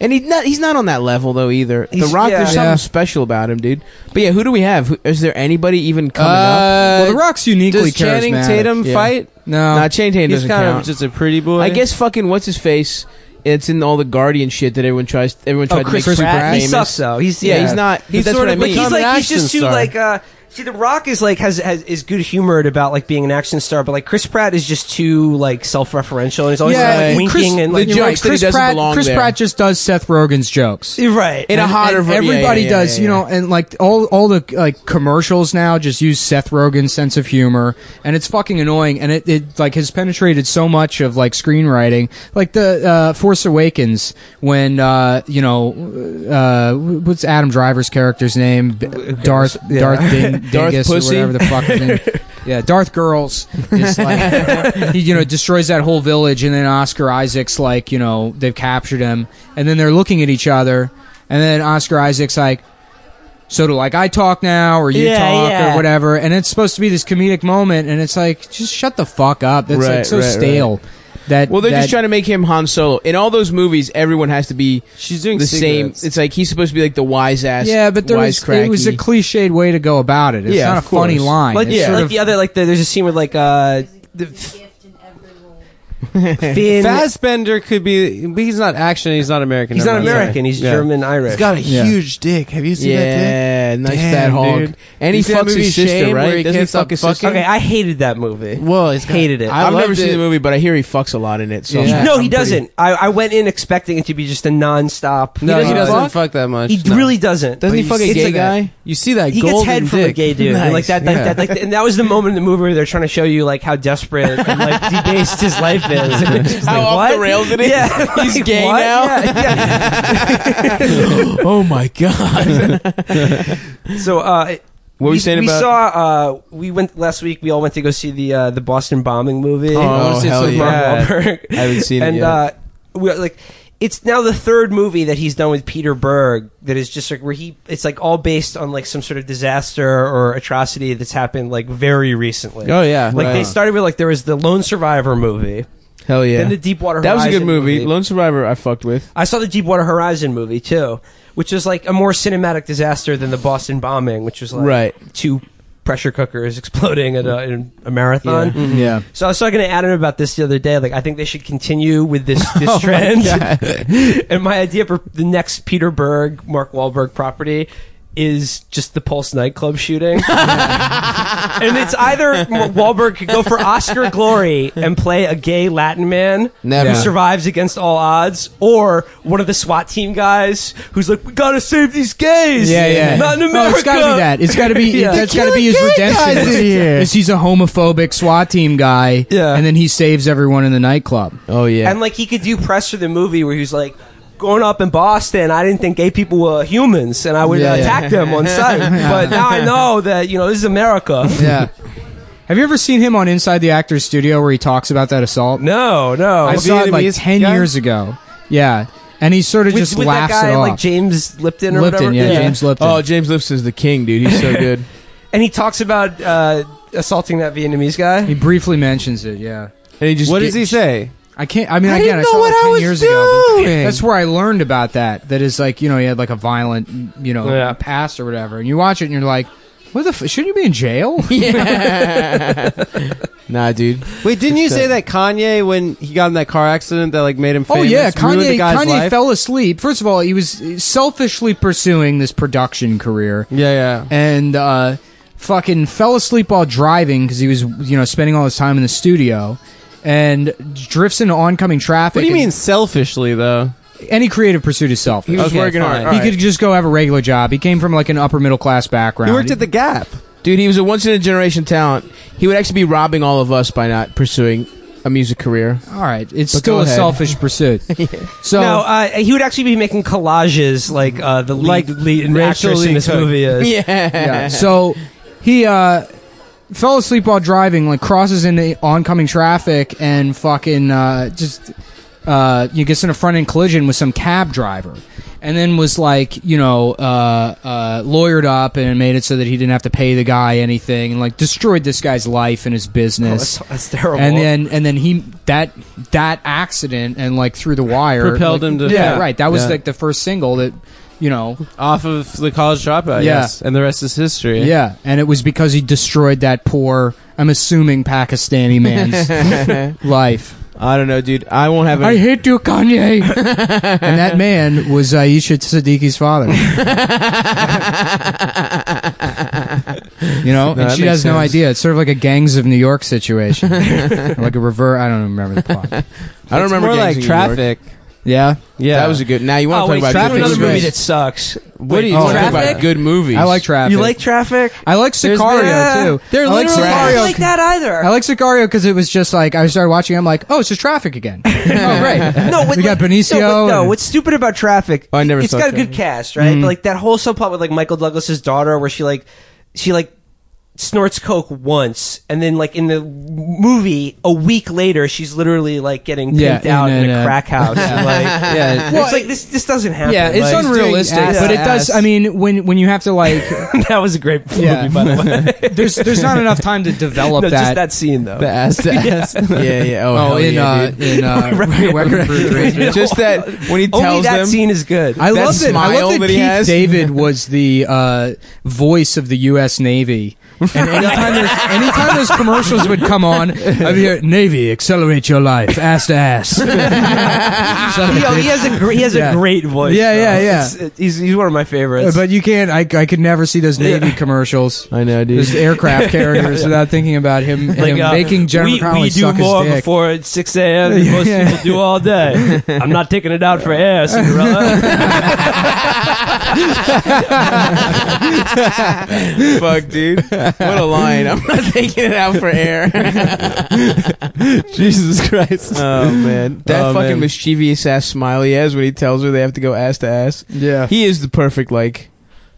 And he's not, he's not on that level, though, either. He's- the Rock, yeah. there's something Yeah. special about him, dude. But yeah, who do we have? Who, is there anybody even coming Uh, up? well, The Rock's uniquely Does Channing charismatic. Tatum Yeah. fight? No, Nah, Channing Tatum He's doesn't kind count. of just a pretty boy. I guess fucking what's his face? It's in all the Guardian shit that everyone tries. Everyone tried Oh, Chris to make Pratt? He famous. sucks, though. He's, Yeah, yeah. he's not. But He's that's sort what I of a But mean. he's become an like he's action just too star. like uh see the Rock is like has has is good humored about like being an action star, but like Chris Pratt is just too like self referential and he's always yeah, like, and winking Chris, and the like you're right, jokes that he Chris doesn't Pratt, belong Chris there. Pratt just does Seth Rogen's jokes. You're right. in a And- hotter and ver- yeah, everybody yeah, yeah, does, yeah, you yeah. know, and like all all the like commercials now just use Seth Rogen's sense of humor, and it's fucking annoying. And it, it like has penetrated so much of like screenwriting, like the uh, Force Awakens when uh, you know uh, what's Adam Driver's character's name, B- Darth Darth Ding, Darth Dingus Pussy? or whatever the fuck. His name. Yeah, Darth Girls is like he you know destroys that whole village, and then Oscar Isaac's like you know they've captured him, and then they're looking at each other, and then Oscar Isaac's like, so do like I talk now or you Yeah, talk yeah. or whatever, and it's supposed to be this comedic moment, and it's like just shut the fuck up. That's Right, like so right, right. stale. That Well, they're that, just trying to make him Han Solo. In all those movies, everyone has to be she's doing the cigarettes. same. It's like he's supposed to be like the wise ass. yeah, but there was, it was a wisecracky- cliched way to go about it. It's Yeah, not a of course. funny line. like It's yeah, sort like of- the other like the, there's a scene with like uh the There's a gift in every role. Finn Fassbender could be, but he's not action. He's not American. he's not Never mind. American, he's Yeah. German Irish. He's got a Yeah. huge dick. Have you seen that dick? yeah, nice Damn, fat hog. dude. And he You see that fucks movie his sister, Shame where right? he Doesn't he can't fuck stop his sister? okay, I hated that movie. Well, it's got- hated it. I I've never loved seen it. the movie, but I hear he fucks a lot in it. So Yeah. I'm- no, I'm he pretty- doesn't. I, I went in expecting it to be just a nonstop. No, he Uh, doesn't fuck, that much. He No. really doesn't. Doesn't he But fuck he's- a it's gay like guy? You see that he golden gets head from dick. a gay dude, Nice. like that. Like, Yeah. that like, and that was the moment in the movie where they're trying to show you like how desperate and like debased his life is. It's just How like, off what? the rails it is. Yeah, He's like, gay what? now? Yeah, oh my god! yeah. So, uh, it- What were we, you saying we about- saw. Uh, we went last week. We all went to go see the uh, the Boston bombing movie. I wanna Oh, see hell some Mark yeah. Wahlberg. I haven't seen and it yet. uh, we like it's now the third movie that he's done with Peter Berg that is just like where he it's like all based on like some sort of disaster or atrocity that's happened like very recently. oh yeah, Like Wow. they started with like there was the Lone Survivor movie, hell yeah. then the Deepwater. that was a Horizon good movie. Lone Survivor, I fucked with. I saw the Deepwater Horizon movie too, which was like a more cinematic disaster than the Boston bombing, which was like Right. two pressure cookers exploding at a, in a marathon. yeah. So I was talking to Adam about this the other day. Like, I think they should continue with this this Oh trend. and my idea for the next Peter Berg, Mark Wahlberg property is just the Pulse nightclub shooting. and it's either M- Wahlberg could go for Oscar glory and play a gay Latin man Never. who survives against all odds, or one of the SWAT team guys who's like, "We gotta save these gays." Yeah, yeah. Not in America. Oh, it's got to be that. It's got to be. Yeah. That's got to be his Killing gay redemption. guys in here. Is he's a homophobic SWAT team guy? Yeah. and then he saves everyone in the nightclub. Oh yeah. And like he could do press for the movie where he's like, growing up in Boston, I didn't think gay people were humans, and I would Yeah, yeah. attack them on sight. But now I know that you know this is America. Yeah. Have you ever seen him on Inside the Actors Studio where he talks about that assault? No, no. I saw it like Vietnamese ten guy? years ago. Yeah, and he sort of with, just with laughs that guy it off. like James Lipton or Lipton, whatever. yeah, James Lipton. Oh, James Lipson's the king, dude. He's so good. And he talks about uh, assaulting that Vietnamese guy. he briefly mentions it. Yeah, And he just What get- does he say? I can't. I mean, I again, didn't I know saw it what like I ten was years ago. but doing. That's where I learned about that. That is like you know he had like a violent you know Yeah. past or whatever, and you watch it and you're like, what the f- shouldn't you be in jail? Nah, dude. Wait, didn't you It's, uh, say that Kanye when he got in that car accident that like made him oh famous? yeah, ruined the Kanye. guy's Kanye life? fell asleep. First of all, he was selfishly pursuing this production career. Yeah, and uh, fucking fell asleep while driving because he was you know spending all his time in the studio and drifts into oncoming traffic. What do you and mean selfishly though? Any creative pursuit is selfish. He was working hard. He All right. could just go have a regular job. He came from like an upper middle class background. He worked at the Gap. Dude, he was a once in a generation talent. He would actually be robbing all of us by not pursuing a music career. all right, it's But still go a ahead. selfish pursuit. So No, uh, he would actually be making collages like uh, the lead, Like lead Rachel actress Lee in this Cook. movie is. yeah. Yeah. So he uh, fell asleep while driving, like crosses into oncoming traffic, and fucking uh, just uh, you know, gets in a front end collision with some cab driver, and then was like you know uh, uh, lawyered up and made it so that he didn't have to pay the guy anything, and like destroyed this guy's life and his Oh, business. that's, that's terrible. and then, and then he that that accident and like through the wire Propelled like- him to- yeah, Yeah. right. That was Yeah. like the first single that you know Off of the college dropout, Yeah. yes. And the rest is history. Yeah, and it was because he destroyed that poor, I'm assuming Pakistani man's life. I don't know, dude. I won't have I any. hate you, Kanye. and that man was Aisha Siddiqui's father. you know, No, and that she makes has no sense. idea. It's sort of like a Gangs of New York situation, like a reverse. I don't remember the plot. I don't It's remember more Gangs like of New York. traffic. Yeah, Yeah. That was a good. Now you want oh, to wait, talk about Traffic, good another movies. movie that sucks. What do you Oh, want to talk about? Traffic? Good movies. I like traffic. You like Traffic? I like There's Sicario that- too. They're I like literally I Sicario don't like that either. I like Sicario because it was just like I started watching. I'm like, oh, it's just traffic again. oh, great. no, what, we got no, Benicio No, and- what's stupid about traffic? Oh, I never It's saw Mm-hmm. got a Traffic. good cast, right? But like that whole subplot with like Michael Douglas's daughter, where she like she like snorts coke once, and then like in the movie a week later, she's literally like getting Yeah, pimped out in in, an, a uh, crack house. and, like, Yeah. it's like this. This doesn't happen. Yeah, it's like, unrealistic, ass but to it does. ass. I mean, when when you have to like, that was a great Yeah. movie, by the way. there's there's not enough time to develop no, just that. that scene though. the ass to ass. yeah, yeah. Oh, oh, hell in yeah, uh, dude. in uh, Record Brewery. just that when he Only tells that them. scene is good. I That love that. I smile love that, that he Keith has. David was the uh, voice of the U.S. Navy. And anytime, there's- anytime those commercials would come on, I'd be here, Navy, accelerate your life, ass to ass. Son of a Yo, bitch. he has a gr- he has Yeah. a great voice. Yeah, yeah, though. yeah. It's- it- he's he's one of my favorites. but you can't. I, I could never see those Navy commercials. I know, dude. Those aircraft carriers without thinking about him, him uh, making General we, Connolly we do suck more his dick. before 6 a.m. than most Yeah. people do all day. I'm not taking it out for air, Cinderella. Fuck, dude. What a line. I'm not taking it out for air. Jesus Christ. oh, man. That Oh, fucking man. mischievous ass smile he has when he tells her they have to go ass to ass. Yeah, He is the perfect, like,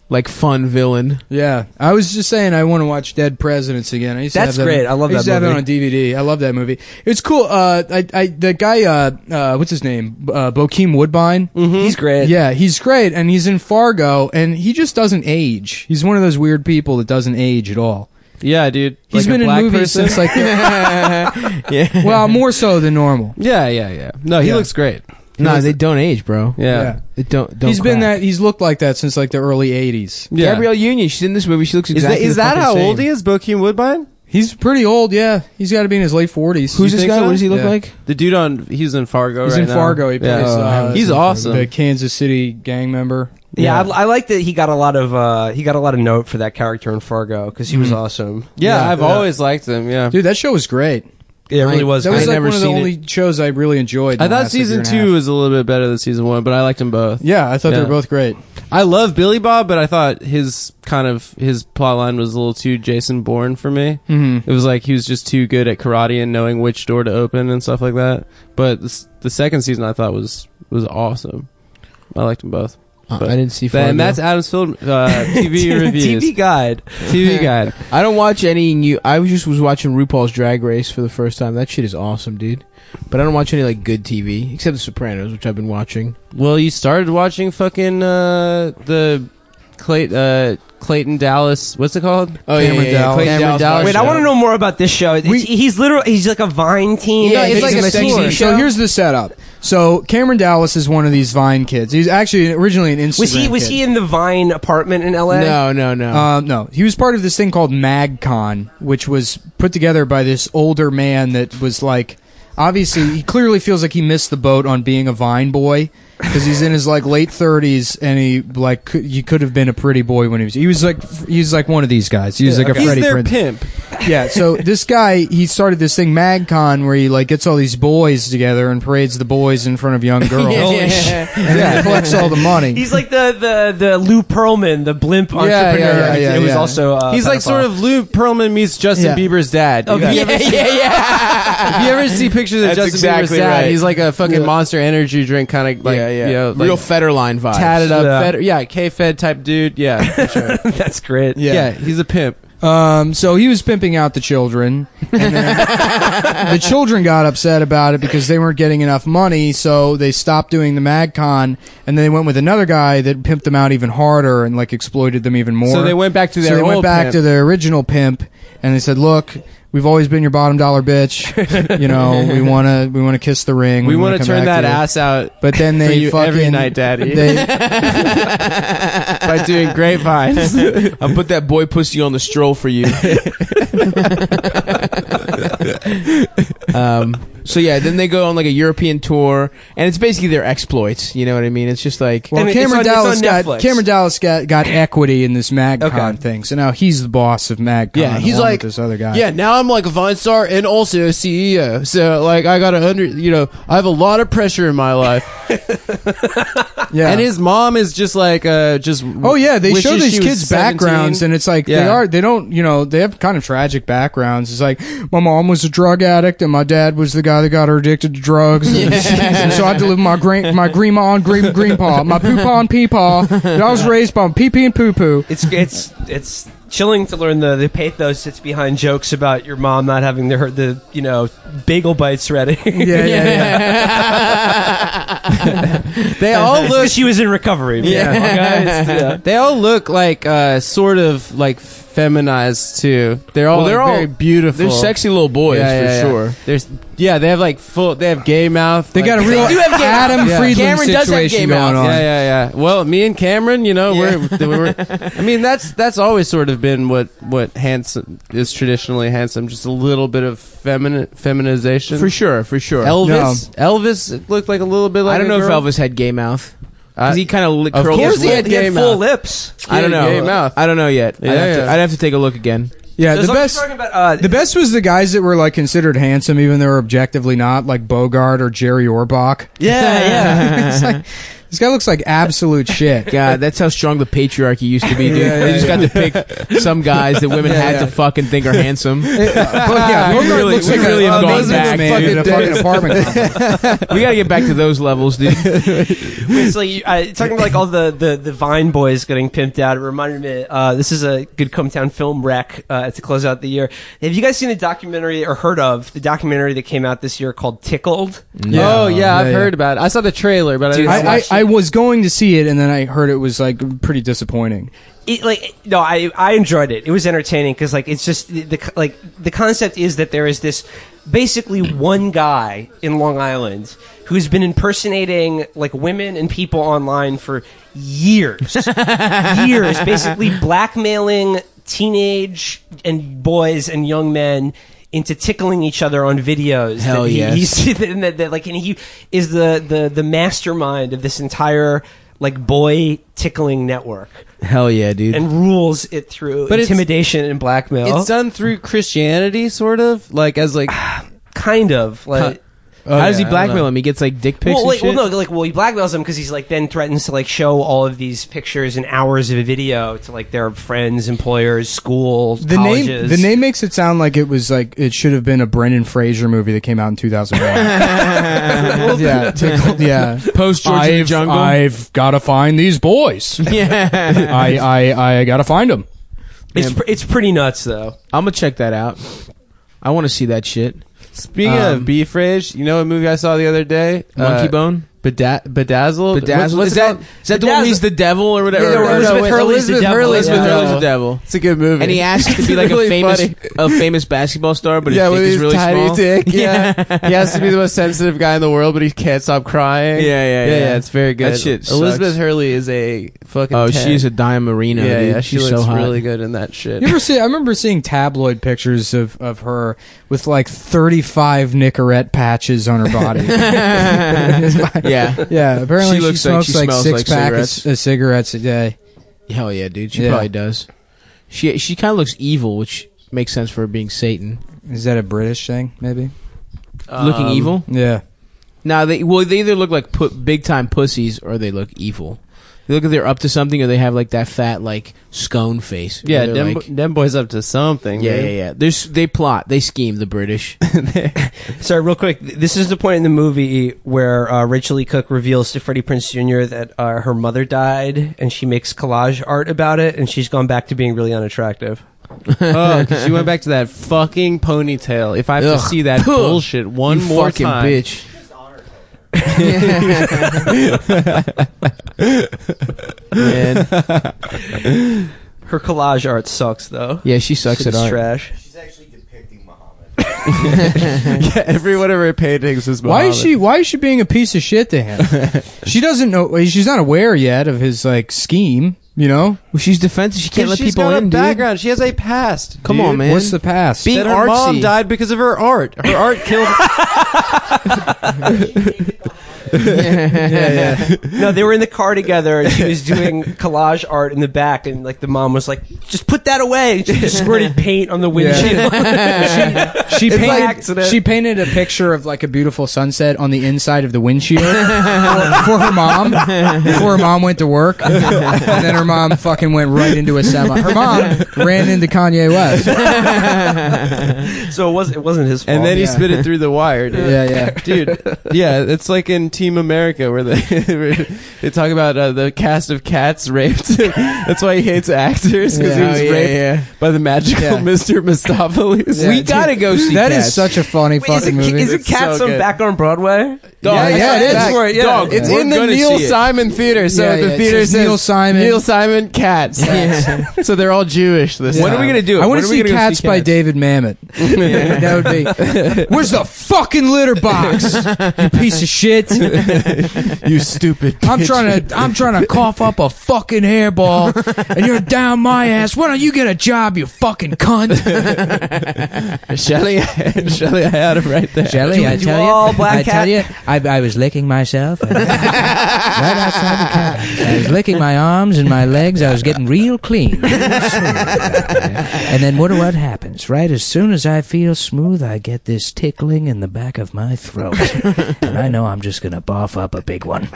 like fun villain. yeah. I was just saying I want to watch Dead Presidents again. I used to That's have that great. I love I used that to movie. have it on DVD. I love that movie. It's cool. Uh, I, I the guy, uh, uh, what's his name? Uh, Bokeem Woodbine. He's Mm, great. Mm-hmm. Yeah, he's great, and he's in Fargo, and he just doesn't age. He's one of those weird people that doesn't age at all. Yeah, dude. He's Like a been in black movies person? since like, yeah. well, more so than normal. Yeah, yeah, yeah. No, he Yeah. looks great. No, they don't age, bro. Yeah. Yeah. They don't, don't He's been crack. that. He's looked like that since like the early '80s. Yeah. Gabrielle Union, she's in this movie. She looks Is exactly that, is the that fucking how same. old he is, Bokeem Woodbine? He's pretty old. Yeah, he's got to be in his late 40s. Who's You this think guy? so? What does he look Yeah. like? The dude on he's in Fargo He's right in now. Oh, Fargo. He plays. Yeah. uh, he's awesome. The Kansas City gang member. Yeah, I, I like that he got a lot of uh, he got a lot of note for that character in Fargo because he was Mm-hmm. awesome. Yeah, I've always liked them. Yeah, Dude, that show was great. Yeah, it really was. That was good. like never one of the seen only shows I really enjoyed. in I the thought last, like, year season and a half. two was a little bit better than season one, but I liked them both. Yeah, I thought they Yeah. were both great. I love Billy Bob, but I thought his kind of his plot line was a little too Jason Bourne for me. Mm-hmm. It was like he was just too good at karate and knowing which door to open and stuff like that. But the, s- the second season I thought was was awesome. I liked them both. Uh, But- I didn't see. Fargo. And that's Adam's film uh, TV reviews. TV guide. TV guide. I don't watch any new. I was just was watching RuPaul's Drag Race for the first time. That shit is awesome, dude. But I don't watch any like good TV except The Sopranos, which I've been watching. Well, you started watching fucking uh, the Clay, uh, Clayton Dallas. What's it called? Oh Cameron Dallas. Clayton Cameron Dallas. Dallas. Wait, I show. want to know more about this show. It's- We- he's literally he's like a Vine team. Yeah, it's like a team. sexy show. So here's the setup. So Cameron Dallas is one of these Vine kids. He's actually originally an Instagram. Was he was kid. he in the Vine apartment in L.A.? No, no, no. Uh, Oh. Um, no, he was part of this thing called MagCon, which was put together by this older man that was like, obviously, he clearly feels like he missed the boat on being a Vine boy because he's in his like late thirties and he like could, he could have been a pretty boy when he was he was like f- he was like one of these guys. He was like a He's Freddie their Prinze. pimp. Yeah, so this guy he started this thing MagCon where he like gets all these boys together and parades the boys in front of young girls. Yeah. And then collects all the money. He's like the, the, the Lou Pearlman, the blimp entrepreneur. yeah, yeah, it was yeah. also uh, He's like sort of Lou Pearlman meets Justin Yeah. Bieber's dad. Oh, You guys- yeah, If you ever see pictures of That's Justin exactly Bieber's dad, right. he's like a fucking monster energy drink kind of like yeah, yeah. you know, like Real Federline vibes. tatted up, Yeah. yeah, yeah K-fed type dude. Yeah, for sure. yeah. pedophile. That's great. he's a pimp. Um, so he was pimping out the children. And then the children got upset about it because they weren't getting enough money, so they stopped doing the MagCon, and then they went with another guy that pimped them out even harder and like exploited them even more. So they went back to So their they went old back pimp. to their original pimp, and they said, "Look, we've always been your bottom dollar bitch. You know, we wanna we wanna kiss the ring. we wanna want to come turn back that to you." ass out But then for they you fucking every night, daddy. They, by doing grapevines. I'll put that boy pussy on the stroll for you. um, so yeah, then they go on like a European tour, and it's basically their exploits. You know what I mean? It's just like well, And it's Cameron on- it's on Dallas got Netflix. Cameron Dallas got, got equity in this MagCon Okay. thing, so now he's the boss of MagCon. Yeah, he's along with like- this other guy. Yeah, now I'm like a Vine star and also a CEO. So like I got a hundred, you know, I have a lot of pressure in my life. yeah. And his mom is just like, uh, just Oh yeah, they wishes show these she was kids backgrounds, 17. and it's like they Yeah. are they don't you know they have kind of tragic backgrounds. It's like my mom was a drug addict, and my dad was the guy that got her addicted to drugs, and, and so I had to live with my green my grandma and green grandpa, my poopa and peepaw. And I was raised by pee pee and poo poo. It's it's it's chilling to learn the, the pathos that's behind jokes about your mom not having the the you know bagel bites ready. Yeah, yeah, yeah. they all It's 'cause look, she was in recovery. Yeah. man. Guys, yeah. they all look like uh, sort of like feminized too. They're all Well, they're like, all- very beautiful. they're sexy little boys Yeah, yeah, yeah. for sure. There's yeah, they have like full. They have gay mouth. They like- got a real do have gay Adam mouth. Yeah. Friedland Cameron does have gay situation going mouth. on. Yeah, yeah, yeah. Well, me and Cameron, you know, we're, we're. I mean, that's that's always sort of been what what handsome is traditionally handsome. Just a little bit of feminine feminization. For sure, for sure. Elvis, Elvis looked like a little bit like. I don't a know if girl. Elvis had gay mouth. I- 'Cause he kind of Of curled course his he lip. had He gay had full mouth. lips. I don't know. Gay mouth. I don't know yet. I'd, Yeah, have To, yeah. I'd have to take a look again. Yeah, the As long as best. we're talking about, uh, The best was the guys that were like considered handsome, even though they were objectively not, like Bogart or Jerry Orbach. yeah, yeah. it's like this guy looks like absolute shit. God, that's how strong the patriarchy used to be, dude. Yeah, yeah, they just got to pick some guys that women had to fucking think are handsome. But yeah, We Bogart really- looks we like really a, have a gone maintenance back, man dude. in a fucking apartment. complex. we got to get back to those levels, dude. It's like you- uh, talking about like all the, the, the Vine boys getting pimped out. It reminded me. Uh, this is a good come town film wreck uh, to close out the year. Have you guys seen the documentary or heard of the documentary that came out this year called Tickled? Oh yeah, I've Yeah, yeah. heard about it. I saw the trailer, but I, didn't I, I, watch it. I was going to see it, and then I heard it was like pretty disappointing. it, like no i i enjoyed it it was entertaining because like it's just the, the like the concept is that there is this basically one guy in long island who's been impersonating like women and people online for years years basically blackmailing teenage and boys and young men into tickling each other on videos. Hell that he, yes. he's- and that, that, like, and he is the, the the mastermind of this entire like boy tickling network Hell yeah, dude. and rules it through But it's- intimidation and blackmail. It's done through Christianity, sort of like as like kind of like. How does yeah, he I don't blackmail know. him? He gets like dick pics Well, and like, well, shit. no, like, well, he blackmails them because he's like then threatens to like show all of these pictures and hours of video to like their friends, employers, school, The colleges. name the name makes it sound like it was like it should have been a Brendan Fraser movie that came out in 2001. yeah, tickle- yeah. Post George in the I've, Jungle. I've got to find these boys. yeah, I I I got to find them. It's pr- it's pretty nuts though. I'm gonna check that out. I want to see that shit. Speaking Um, of beef rage, you know a movie I saw the other day, Monkey Uh, Bone, Beda- bedazzled. Bedazzled. What's- what's is it that called? is that the one where he's the devil or whatever? Yeah, Or- Elizabeth no, Hurley's the devil. Elizabeth Yeah. Hurley's the devil. It's a good movie. And he asks to be like a Really famous funny. a famous basketball star, but his yeah, dick with is his really tiny small. dick. Yeah, he has to be the most sensitive guy in the world, but he can't stop crying. Yeah, yeah, yeah. yeah. it's very good. That shit Elizabeth sucks. Hurley is a fucking. Oh, 10. she's a dime arena. yeah, dude. yeah. She she's looks so hot. really good in that shit. You ever see? I remember seeing tabloid pictures of, of her with like thirty five Nicorette patches on her body. yeah, yeah, apparently She she, looks like smokes she like, smells six like packs cigarettes. of uh, cigarettes a day. hell yeah, dude. She Yeah. probably does. She she kind of looks evil, which makes sense for her being Satan. Is that a British thing? Maybe. Um, Looking evil. Yeah. Now they well they either look like put big time pussies or they look evil. They look like they're up to something or they have like that fat like scone face. where Yeah, they're dem, like- dem boy's up to something. yeah, yeah, man. yeah. There's they plot, they scheme the British. Sorry, real quick. th- This is the point in the movie where uh, Rachel Lee Cook reveals to Freddie Prince Jr. that uh, her mother died, and she makes collage art about it, and she's gone back to being really unattractive. Oh, 'cause she went back to that fucking ponytail. If I have Ugh. to see that Puh. bullshit one you more fucking time, bitch. Man. Her collage art sucks though. Yeah, she sucks Shit at is art. trash. She's actually depicting Muhammad. yeah, every one of her paintings is. Why is she? Why is she being a piece of shit to him? she doesn't know. She's not aware yet of his like scheme. You know. Well, she's defensive. She can't let she's people got in, a dude. background. She has a past. Come dude. on, man. What's the past? Be- That her mom artsy. died because of her art. Her art killed. No, they were in the car together, and she was doing collage art in the back, and like the mom was like, "Just put that away." And she just squirted paint on the windshield. she It's painted. like accident. she painted a picture of like a beautiful sunset on the inside of the windshield for, for her mom. Before her mom went to work, and then her mom fucking went right into a semi. Her mom ran into Kanye West. so it was it wasn't his fault. And then he Yeah. spit it through the wire. Dude. Yeah, yeah. dude. Yeah, it's like in Team America where they where they talk about uh, the cast of cats raped. That's why he hates actors because he Yeah. was Oh, yeah, raped yeah. by the magical Yeah. Mr. Mistopheles. Yeah, we dude. gotta go see That is Cats. such a funny Wait, is it, fucking movie. is it It's Cats so on good. back on Broadway? Dog, Yeah, yeah, I saw it is. that. Right, yeah. Dog, It's it's we're in the gonna Neil see it. Simon Theater. So Yeah, the yeah, it theater says says Neil Simon. Neil Simon Cats. so they're all Jewish this When are we time. gonna do it? I When want are to we see gonna go Cats by David Mamet. That would be. Where's the fucking litter box? You piece of shit. You stupid. I'm trying to. I'm trying to cough up a fucking hairball, and you're down my ass. Why don't you get a job, you fucking cunt? Shelly, Shelly, I had him right there. Jelly, I do tell you- all black I tell cat- you, I, I was licking myself. right outside the cabin. I was licking my arms and my legs. I was getting real clean. And then what what happens? Right as soon as I feel smooth, I get this tickling in the back of my throat, and I know I'm just gonna boff up a big one.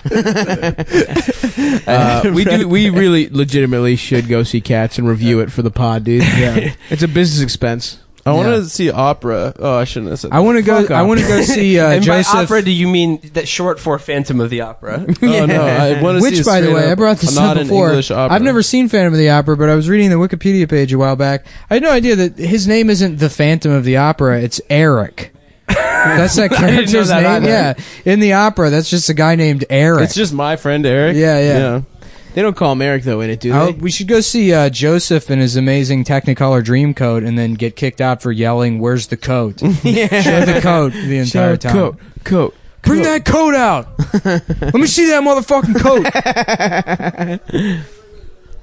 Uh, we do. We really, legitimately should go see Cats and review it for the pod, dude. Yeah, it's a business expense. I wanted to see opera. Oh, I shouldn't have said. I want to go. Fuck I want to go see uh, and Joseph. by opera, do you mean that short for Phantom of the Opera? Oh, no, I want to see Which, a by the straight way, up- I brought this not up an before. English opera. I've never seen Phantom of the Opera, but I was reading the Wikipedia page a while back. I had no idea that his name isn't the Phantom of the Opera; it's Eric. That's that character's that name. Yeah, in the opera, that's just a guy named Eric. It's just my friend Eric. Yeah, yeah. Oh, They don't call him Eric though in it, do they? I- we should go see uh, Joseph in his amazing Technicolor dream coat, and then get kicked out for yelling, "Where's the coat? Show the coat!" The entire time. Coat, coat. Bring that coat out. Let me see that motherfucking coat.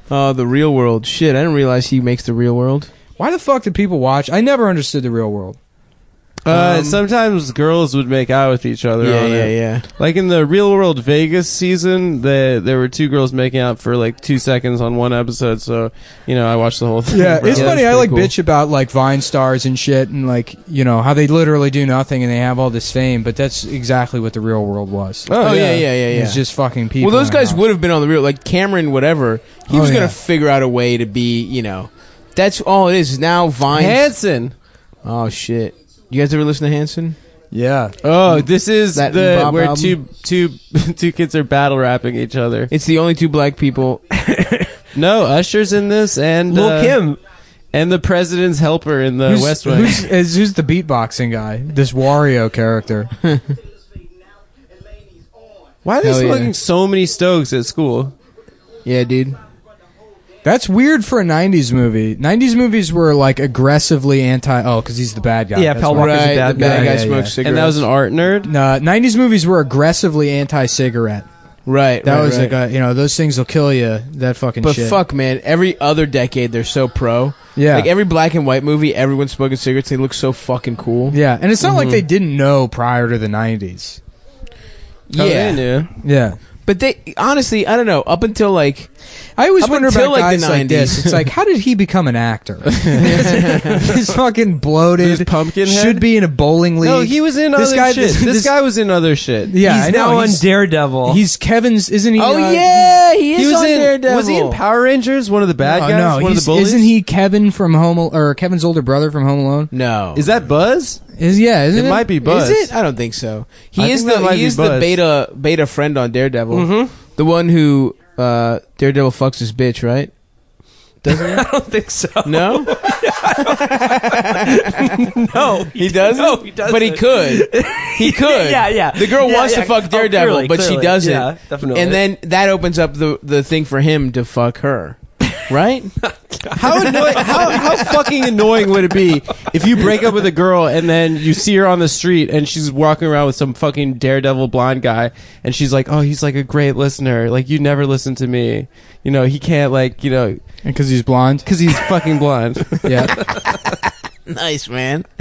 Oh, the real world. Shit, I didn't realize he makes the real world. Why the fuck do people watch? I never understood the real world. Uh, sometimes girls would make out with each other. yeah, on yeah, it. yeah. Like in the Real World Vegas season, the, there were two girls making out for like two seconds on one episode. So you know, I watched the whole thing. Yeah, it's Bro. funny. I pretty like cool. bitch about like Vine stars and shit, and like you know how they literally do nothing and they have all this fame, but that's exactly what the real world was. Oh, yeah, yeah, yeah, yeah. It's just fucking people. Well, those in a guys house. would have been on the real, like Cameron, whatever. He Oh, was yeah. gonna figure out a way to be, you know. That's all it is. is Now Vine. Hanson. oh shit! You guys ever listen to Hanson? Yeah, Oh, Mm-hmm. this is That the bebop where album? two two two kids are battle rapping each other. It's the only two black people. No, Usher's in this and Lil uh, Kim. and the president's helper in the who's, West Wing. who's, is, who's the beatboxing guy? This Wario character. Why are they Hell yeah. smoking so many Stokes at school? Yeah, dude. That's weird for a '90s movie. '90s movies were like aggressively anti. Oh, because he's the bad guy. Yeah, That's Pal why. Walker's a Right, bad the bad guy. guy Yeah, yeah, smokes cigarettes. And that was an art nerd. No, '90s movies were aggressively anti-cigarette. right. That right, was right. like a you know those things will kill you. That fucking But shit. fuck, man! Every other decade, they're so pro. yeah, Like every black and white movie, everyone's smoking cigarettes. They look so fucking cool. yeah, and it's not like they didn't know prior to the '90s. Oh, Yeah. they knew. Yeah. But they honestly, I don't know. Up until like, I always Up wonder until, about like, the guys like this. 90s. It's like, how did he become an actor? He's fucking bloated. Who's Pumpkinhead? should be in a bowling league. No, he was in This other guy- shit. this- This, this- guy was in other shit. yeah, he's I know. now on he's, Daredevil. He's Kevin's, isn't he? oh uh, yeah, he is He was on in. Daredevil. Was he in Power Rangers? One of the bad Oh, guys. no, one of he's- the bullies. isn't he Kevin from Home Al- or Kevin's older brother from Home Alone? No, Is that Buzz? Is yeah, isn't it? It might be Buzz. Is it? I don't think so. He I is think that the might he be is the Buzz. Mm-hmm. beta beta friend on Daredevil. The one who uh, Daredevil fucks his bitch, right? I don't think so. No, No, he doesn't. No, he doesn't. But he could. He could. Yeah, yeah. The girl Yeah, wants yeah. to fuck Oh, Daredevil, clearly, but she clearly. doesn't. Yeah, definitely. And then that opens up the the thing for him to fuck her, right? How annoying! how, how fucking annoying would it be if you break up with a girl and then you see her on the street and she's walking around with some fucking daredevil blonde guy and she's like, "Oh, he's like a great listener. Like you never listen to me. You know, he can't like you know Because he's blonde. because he's fucking blonde." Yeah, nice man.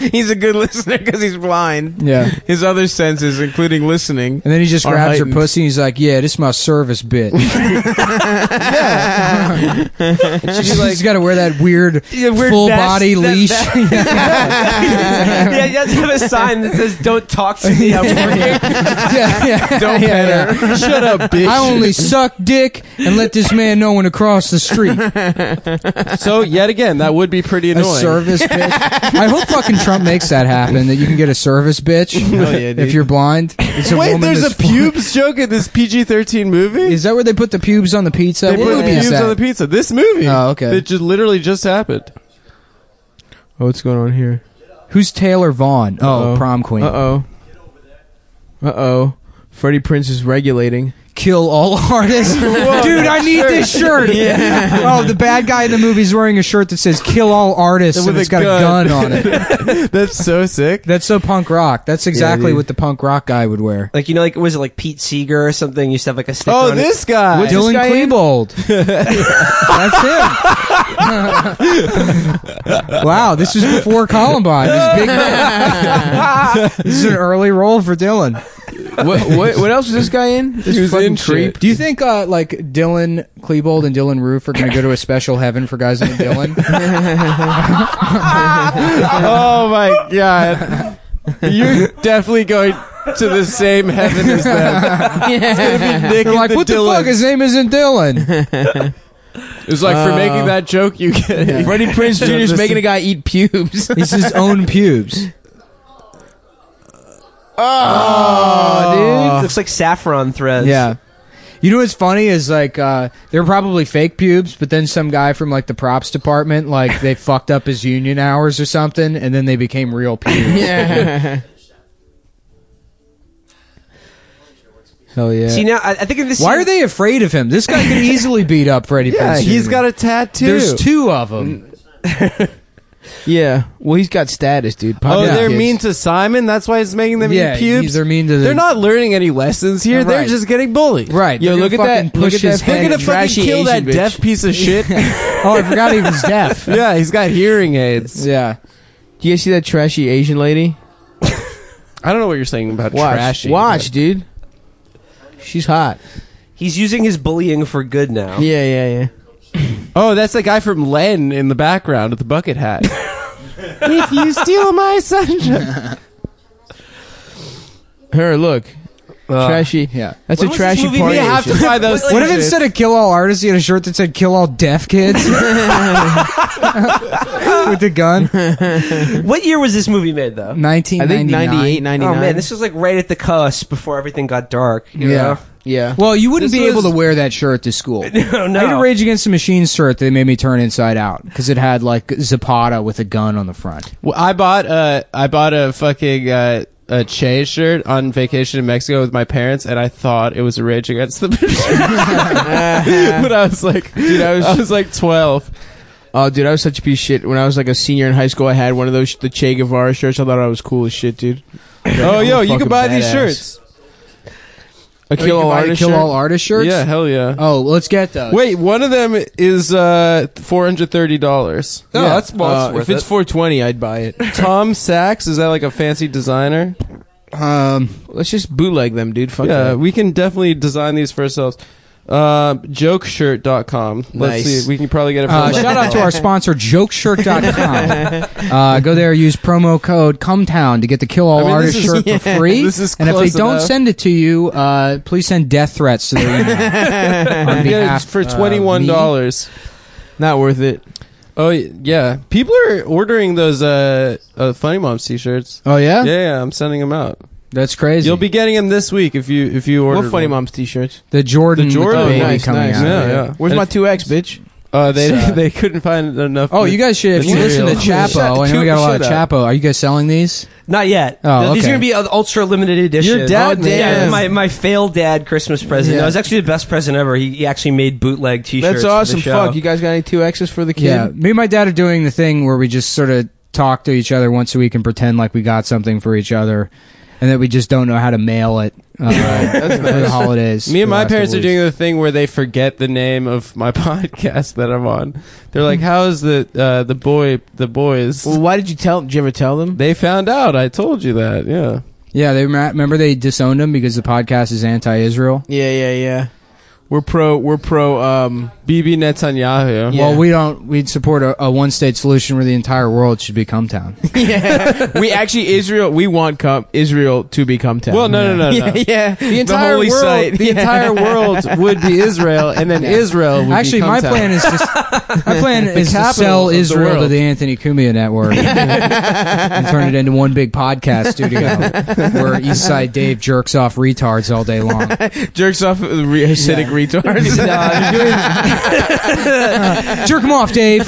he's a good listener because he's blind. yeah. His other senses, including listening. And then he just Are grabs her heightened. pussy and he's like, "Yeah, this is my service bitch." yeah. She's like, she's got to wear that weird weird full vest, body that- leash. that- yeah, you have to have a sign that says "Don't talk to me." I'm working." yeah, yeah, Don't yeah, pet yeah. her. Shut up, bitch. I only suck dick and let this man know when to cross the street. so yet again, that would be pretty A annoying. service bitch. I hope fucking Trump makes that happen. That you can get a service bitch yeah, dude. if you're blind. It's a Wait, woman there's a that's- pubes joke in this PG-13 movie. Is that where they put the pubes on the pizza? they What put the movie is pubes that? on the pizza. This movie. Oh, okay. It just literally just happened. Oh, what's going on here? Who's Taylor Vaughn? Oh, Uh-oh. prom queen. Uh oh. Uh oh. Freddie Prince is regulating. kill all artists. Dude, I need this shirt. Oh, the bad guy in the movie's wearing a shirt that says kill all artists With and it's a got gun. a gun on it. That's so sick. That's so punk rock. That's exactly what the punk rock guy would wear. like you know, like was it like Pete Seeger or something? Used to have like a sticker. Oh, on it. this guy. What's this Dylan guy in? Klebold. That's him. wow, this is before Columbine. This is big. this is an early role for Dylan. what, what what else was this guy in? This He was fucking in creep. Do you think uh, like Dylan Klebold and Dylan Roof are going to go to a special heaven for guys named Dylan? oh my god. You're definitely going to the same heaven as them. Nick They're and like, the what the Dillons." fuck? His name isn't Dylan. It's like for Uh, making that joke, you get. Freddie Prince Jr. is Listen. making a guy eat pubes. It's his own pubes. Ah. Oh, dude, looks like saffron threads. Yeah. You know what's funny is like uh, they're probably fake pubes, but then some guy from like the props department, like they fucked up his union hours or something, and then they became real pubes. yeah. Hell yeah. See now, I, I think in this. Why are they afraid of him? This guy could easily beat up Freddie yeah, Prinze he's Jr.. got a tattoo. There's two of them. Yeah. Well, he's got status, dude. Oh, Popular they're kids. mean to Simon. That's why he's making them Yeah, eat pubes. they're mean to the- They're not learning any lessons here. Right. They're just getting bullied. Right. Yo, they're look at gonna that. fucking Look Push at that his They're head gonna in. fucking Trashy kill that Asian bitch. deaf piece of shit. Oh, I forgot he was deaf. yeah, he's got hearing aids. Yeah. Do you guys see that trashy Asian lady? I don't know what you're saying about Watch, trashy. watch, dude. She's hot. He's using his bullying for good now. Yeah, yeah, but- Oh, that's the guy from Len in the background with the bucket hat. if you steal my sunshine. yeah. Her, look, trashy. yeah. that's When a was this trashy movie party. made? I have to buy those. What if instead of kill all artists, you had a shirt that said kill all deaf kids? With the gun? What year was this movie made, though? 1999. I think 98, 99. Oh man, this was like right at the cusp before everything got dark. You Yeah. yeah. Well, you wouldn't This be able was- to wear that shirt to school. know? I had a no, no. Rage Against the Machine shirt that they made me turn inside out because it had like Zapata with a gun on the front. Well, I bought a I bought a fucking uh, a Che shirt on vacation in Mexico with my parents, and I thought it was a Rage Against the Machine. but I was like, dude, I was, I was like twelve. Oh, dude, I was such a piece of shit. When I was like a senior in high school, I had one of those the Che Guevara shirts. I thought I was cool as shit, dude. oh, yo, you fucking can buy these badass. shirts. A Oh, you kill can all buy the artist kill shirt. all artist shirts. Yeah, hell yeah. Oh, well, let's get those. Wait, one of them is uh, four hundred thirty dollars. Yeah. that's- well, that's Uh, worth if it's it. four twenty, I'd buy it. Tom Sachs is that like a fancy designer? Um, Let's just bootleg them, dude. Fuck Yeah, that. we can definitely design these for ourselves. Uh, jokeshirt.com. Let's Nice. see. We can probably get it for uh, shout out to our sponsor, jokeshirt.com. uh, go there, use promo code CUMTOWN to get the Kill All I mean, this Artist is- shirt yeah, for free. this is and if they close don't enough. send it to you, uh, please send death threats to their email. on yeah, it's behalf for of twenty one me. dollars. uh, Not worth it. Oh y- yeah, people are ordering those uh, uh funny moms t-shirts. Oh, yeah? Yeah, yeah, I'm sending them out. That's crazy. You'll be getting them this week if you if you order. What funny mom's t-shirts? the Jordan, The Jordan with the one. baby Nice, coming nice. out. Yeah, yeah. Where's And my if- two X, bitch? Uh, they So- they couldn't find enough. Oh, you guys should. If you listen to Material. Shut Chapo, I know we got a lot of shut up. Chapo. Are you guys selling these? not yet. Oh, Th- These are okay. gonna be an ultra limited edition. Your dad oh, yeah, did. my my failed dad Christmas present. Yeah. That was actually the best present ever. He, he actually made bootleg T-shirts. That's for the awesome. show. Fuck, you guys got any two X's for the kid? Yeah. Me and my dad are doing the thing where we just sort of talk to each other once a week and pretend like we got something for each other, and that we just don't know how to mail it uh, for the holidays. Me and for the my last parents are couple doing weeks. the thing where they forget the name of my podcast that I'm on. They're like, "How is the uh, the boy the boys?" Well, why did you tell? Did you ever tell them? They found out. I told you that. Yeah. Yeah, they rem- remember they disowned him because the podcast is anti-Israel. Yeah, yeah, yeah. We're pro. We're pro. Um, Bibi Netanyahu. Yeah. Well, we don't. We'd support a, a one-state solution where the entire world should become town. yeah. we actually Israel. We want com- Israel to become town. Well, no, no, no, no. yeah, yeah. The entire holy world, site. the entire world would be Israel, and then Israel would Actually, become my town. plan is just my plan The is to capital sell of the Israel to world. the Anthony Cumia network and turn it into one big podcast studio where Eastside Dave jerks off retards all day long. jerks off uh, re- Hasidic retards. Jerk them off, Dave.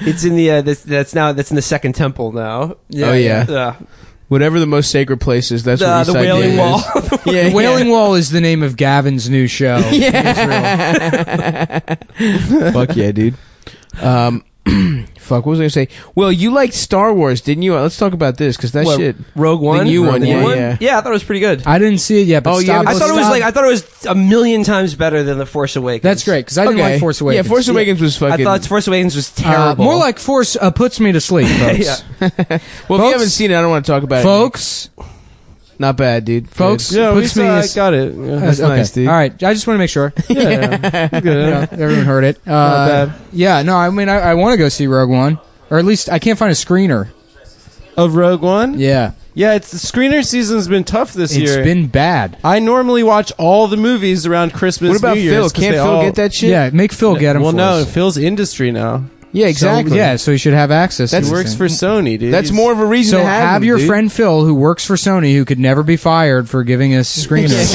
It's in the uh, this, that's now that's in the second temple now. Oh, yeah. Uh, Whatever the most sacred place is, that's the, what the East Side Wailing Dave Wall. Is. Yeah, The Wailing Wall is the name of Gavin's new show. yeah. Fuck yeah, dude. Um, fuck. What was I gonna say? Well, you liked Star Wars, didn't you? Let's talk about this because that What, shit. Rogue One. new one, Rogue yeah, yeah. I thought it was pretty good. I didn't see it yet, but Oh, you stop. haven't I thought it was stop. like I thought it was a million times better than the Force Awakens. that's great because I didn't like Force Awakens. Yeah, Force Awakens was fucking. I thought Force Awakens was Uh, terrible. more like Force uh, puts me to sleep, folks. Yeah. well, if folks- you haven't seen it, I don't want to talk about Folks, it. Not bad, dude. Folks, Good. Yeah, we puts saw, me I as- got it. Yeah, That's Uh, okay. nice, dude. All right, I just want to make sure. yeah, yeah. Good. Yeah, everyone heard it. Uh, bad. Yeah, no, I mean, I, I want to go see Rogue One, or at least I can't find a screener. Of Rogue One. Yeah, Yeah, it's the screener season's been tough this it's year. been bad. I normally watch all the movies around Christmas. What about New Year's, Phil? 'cause Can't they Phil all- get that shit? Yeah, make Phil get him. Well, for no, us. Phil's industry now. yeah, So, exactly. yeah, so he should have access. He to these works things. for Sony, dude. that's He's- more of a reason. So to have, have, him, your dude. friend Phil, who works for Sony, who could never be fired for giving us screeners,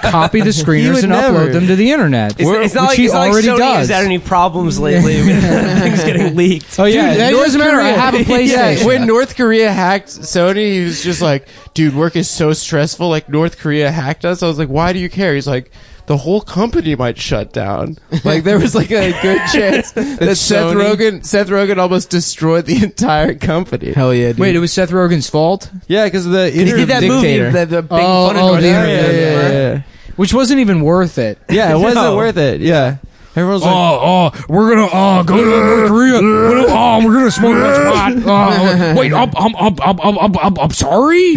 copy the screeners would and never. upload them to the internet. it's, it's which not like, he it's not like already Sony does. has had any problems lately. with Things getting leaked. Oh yeah, it North doesn't matter. I Korea. have a PlayStation. Yeah, when North Korea hacked Sony, he was just like, "Dude, work is so stressful. Like North Korea hacked us." I was like, "Why do you care?" He's like, "The whole company might shut down." Like there was like a good chance that Seth Sony- Rogen, Seth Rogen almost destroyed the entire company. Hell yeah, dude. Wait, it was Seth Rogen's fault, Yeah, because the he did that dictator. movie, the, the big Oh, fun in oh, North the Korea. internet. Yeah, yeah, yeah. which wasn't even worth it. Yeah, it wasn't No. worth it. Yeah. Everyone's like, Oh, oh, we're gonna uh, go to North Korea. We're gonna- oh, we're gonna smoke that pot. Uh, wait, I'm, I'm, I'm, I'm, I'm, I'm, I'm, I'm sorry.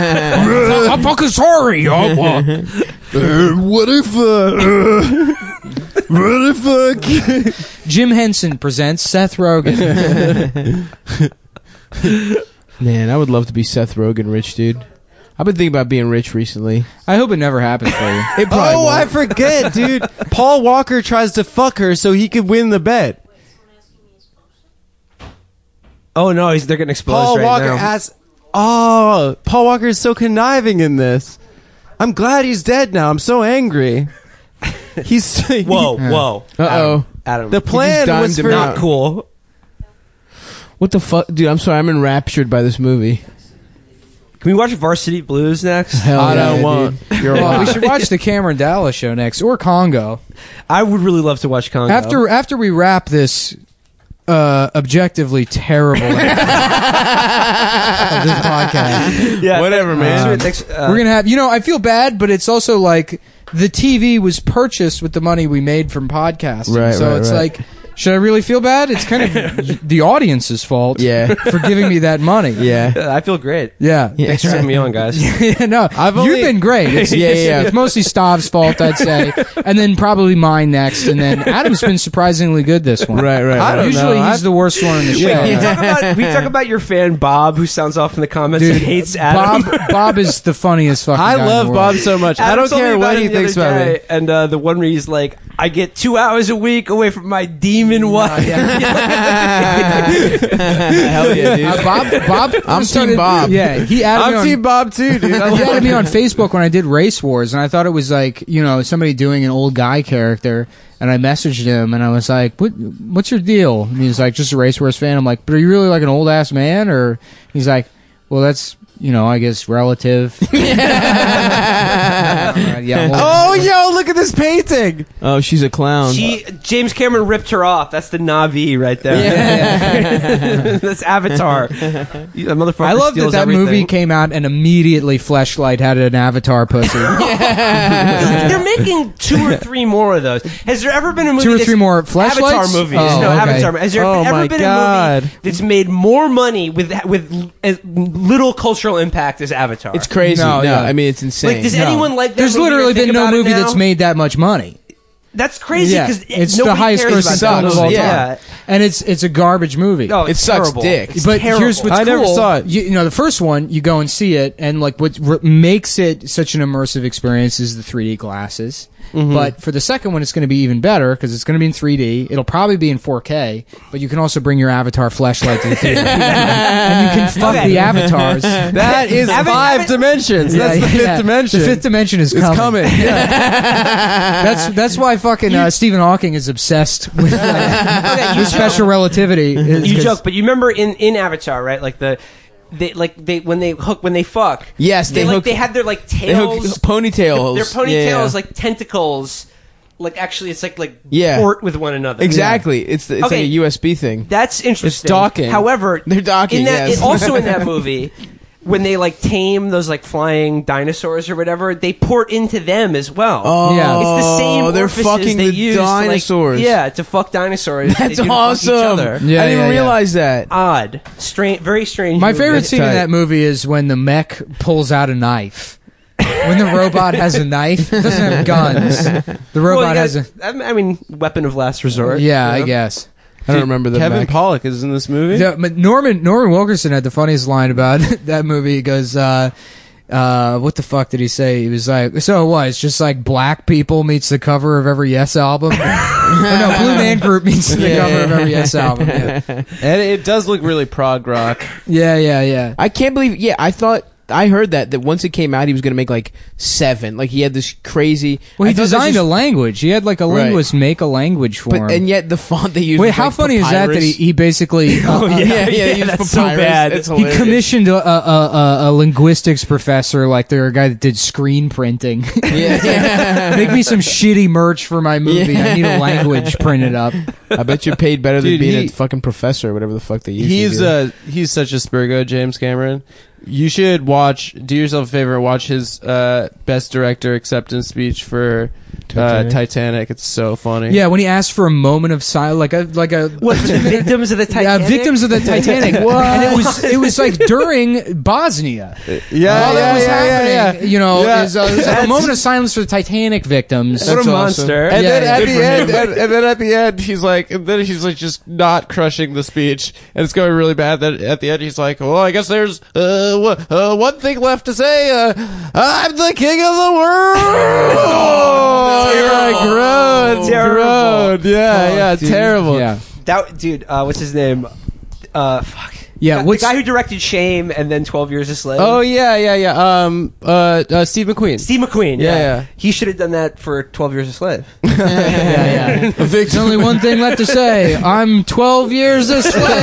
I'm, I'm fucking sorry. I'm, uh, what if? Uh, what if? Jim Henson presents Seth Rogen. man, I would love to be Seth Rogen rich, dude. I've been thinking about being rich recently. I hope it never happens for you. It probably oh, won't. I forget, dude. Paul Walker tries to fuck her so he could win the bet. Oh no, he's, they're gonna explode us Paul right Walker now. asks, "Oh, Paul Walker is so conniving in this. I'm glad he's dead now. I'm so angry. He's whoa, whoa. Uh-oh. Adam. Adam. The plan dimed was him for out. not cool. What the fuck, dude? I'm sorry. I'm enraptured by this movie. Can we watch Varsity Blues next? Hell I yeah, don't dude. want. You're Well, wild. we should watch the Cameron Dallas show next, or Congo. I would really love to watch Congo. After after we wrap this uh, objectively terrible episode of this podcast, yeah, Whatever, man. Next- next- uh, we're gonna have. You know, I feel bad, but it's also like the TV was purchased with the money we made from podcasting. Right, so right, it's right. like, should I really feel bad? It's kind of the audience's fault. Yeah. for giving me that money. yeah. uh, I feel great. Yeah. Thanks for having me on, guys. Yeah, no, I've only- you've been great. It's, Yeah, it's- yeah. it's mostly Stav's fault, I'd say, and then probably mine next, and then Adam's been surprisingly good this one. Right, right, right. Usually know. he's the worst one in the show. We talk about we talk about your fan Bob, who sounds off in the comments Dude, and hates Adam. Bob, Bob is the funniest fucking. I guy in the love world. Bob so much. I Adam don't told me care about what him he the other thinks about me. day, And uh, the one where he's like, "I get two hours a week away from my demon wife." Hell yeah, dude. Uh, Bob, Bob, I'm started- Team Bob. Yeah, he added me I'm on, Team Bob too, dude. I he added love- me on Facebook when I did Race Wars, and I thought it was like you know somebody doing an old guy character. And I messaged him, and I was like, "What? What's your deal?" And he's like, "Just a Race Wars fan." I'm like, "But are you really like an old ass man?" Or he's like, "Well, that's you know, I guess relative." Alright, yeah, well, Oh, yo, look at this painting. Oh, she's a clown. She James Cameron ripped her off. That's the Navi right there. That's Avatar. You- That motherfucker. I love that steals that everything. movie came out and immediately Fleshlight had an avatar pussy. Uh, They're making two or three more of those. Has there ever been a movie? Two or that's- three more Avatar flashlights? movies. Oh, no, okay. Avatar. Has there Oh, my ever been a God. movie that's made more money with with l- as little cultural impact as Avatar? it's crazy. No, No, yeah. I mean it's insane. like, does anyone like that? There's movie or literally think been no about it movie now? that's made that much money. That's crazy Yeah, because it's the highest grossing film of all time. Yeah. And it's it's a garbage movie. Oh, It it's sucks terrible. dick. It's but terrible. here's what's I cool. never saw it. You, you know, the first one, you go and see it, and like what r- makes it such an immersive experience is the 3D glasses. Mm-hmm. But for the second one, it's going to be even better because it's going to be in 3D. It'll probably be in 4K, but you can also bring your avatar flashlight to the theater, and you can fuck Uh, Okay. the avatars. That's That is Haven't- five haven't- dimensions. That's the fifth dimension. The fifth dimension is It's coming. coming. That's that's why fucking uh, Stephen Hawking is obsessed with, uh, Okay, you with special relativity. is you 'cause- joke, but you remember in in Avatar, right? Like the. They like they when they hook when they fuck. Yes, they, they like hook- they had their like They hook tails. ponytails. Their ponytails Yeah, yeah. like tentacles. Like actually, it's like like Yeah. fort with one another. exactly. It's it's Okay. like a USB thing. That's interesting. docking. However, They're docking, In that, yes. it- also in that movie, when they like tame those like flying dinosaurs or whatever, they port into them as well. Oh, Yeah. it's the same. They're orifices fucking they the use to, like- dinosaurs. yeah, to fuck dinosaurs. They that's do to fuck each awesome. other. Yeah, I Uh, didn't yeah, yeah. realize that. Odd, strange, very strange. My movie. favorite scene in tight. that movie is when the mech pulls out a knife. when the robot has a knife, it doesn't have guns. The Well, robot you has a guys- I mean, weapon of last resort. yeah, I you know? guess. I don't remember the Kevin back. Pollock is in this movie. Yeah, but Norman Norman Wilkerson had the funniest line about that movie. He goes, uh, uh, "What the fuck did he say?" He was like, "So what? It's just like black people meets the cover of every Yes album. or no, Blue Man Group meets the Yeah. cover of every Yes album. Yeah, And it does look really prog rock. yeah, yeah." yeah. I can't believe. Yeah, I thought I heard that that once it came out, he was going to make like seven. Like he had this crazy. Well, he I thought this designed was- a language. He had like a Right. linguist make a language for him. but, and yet the font they used. Wait, was, how like, funny is that? That he, papyrus. Oh, he basically uh, uh, yeah, yeah, he used that's so papyrus. bad. It's he hilarious. commissioned a, a, a, a- a linguistics professor, like they're a guy that did screen printing. Yeah. Make me some shitty merch for my movie. I need a language printed up. I bet you paid better than Dude, being he- a fucking professor, or whatever the fuck they used. He's to do. uh he's such a spurgo, James Cameron. You should watch. Do yourself a favor. Watch his uh, best director acceptance speech for Uh, Titanic. Titanic. It's so funny. Yeah, when he asked for a moment of silence, like a like a What the victims of the Titanic? Yeah, victims of the Titanic. and it was it was like during Bosnia. Yeah. All Oh, that was happening, you know, Yeah. is uh, it was like a moment of silence for the Titanic victims. What a That's monster. awesome. And Yeah, then at the end, and, and then at the end, he's like, and then he's like, just not crushing the speech, and it's going really bad. Then at the end, he's like, well, I guess there's uh, one- uh one thing left to say. Uh, I'm the king of the world. oh, yeah, groan, Terrible. groan. Yeah, yeah, terrible. Yeah. That dude, uh, what's his name? Uh, fuck. Yeah, The- what's- the guy who directed Shame and then Twelve Years a Slave? Oh yeah, yeah, yeah. Um, uh, uh Steve McQueen. Steve McQueen. Yeah, yeah. he should have done that for Twelve Years a Slave. yeah, yeah. There's only one thing left to say. I'm 12 years a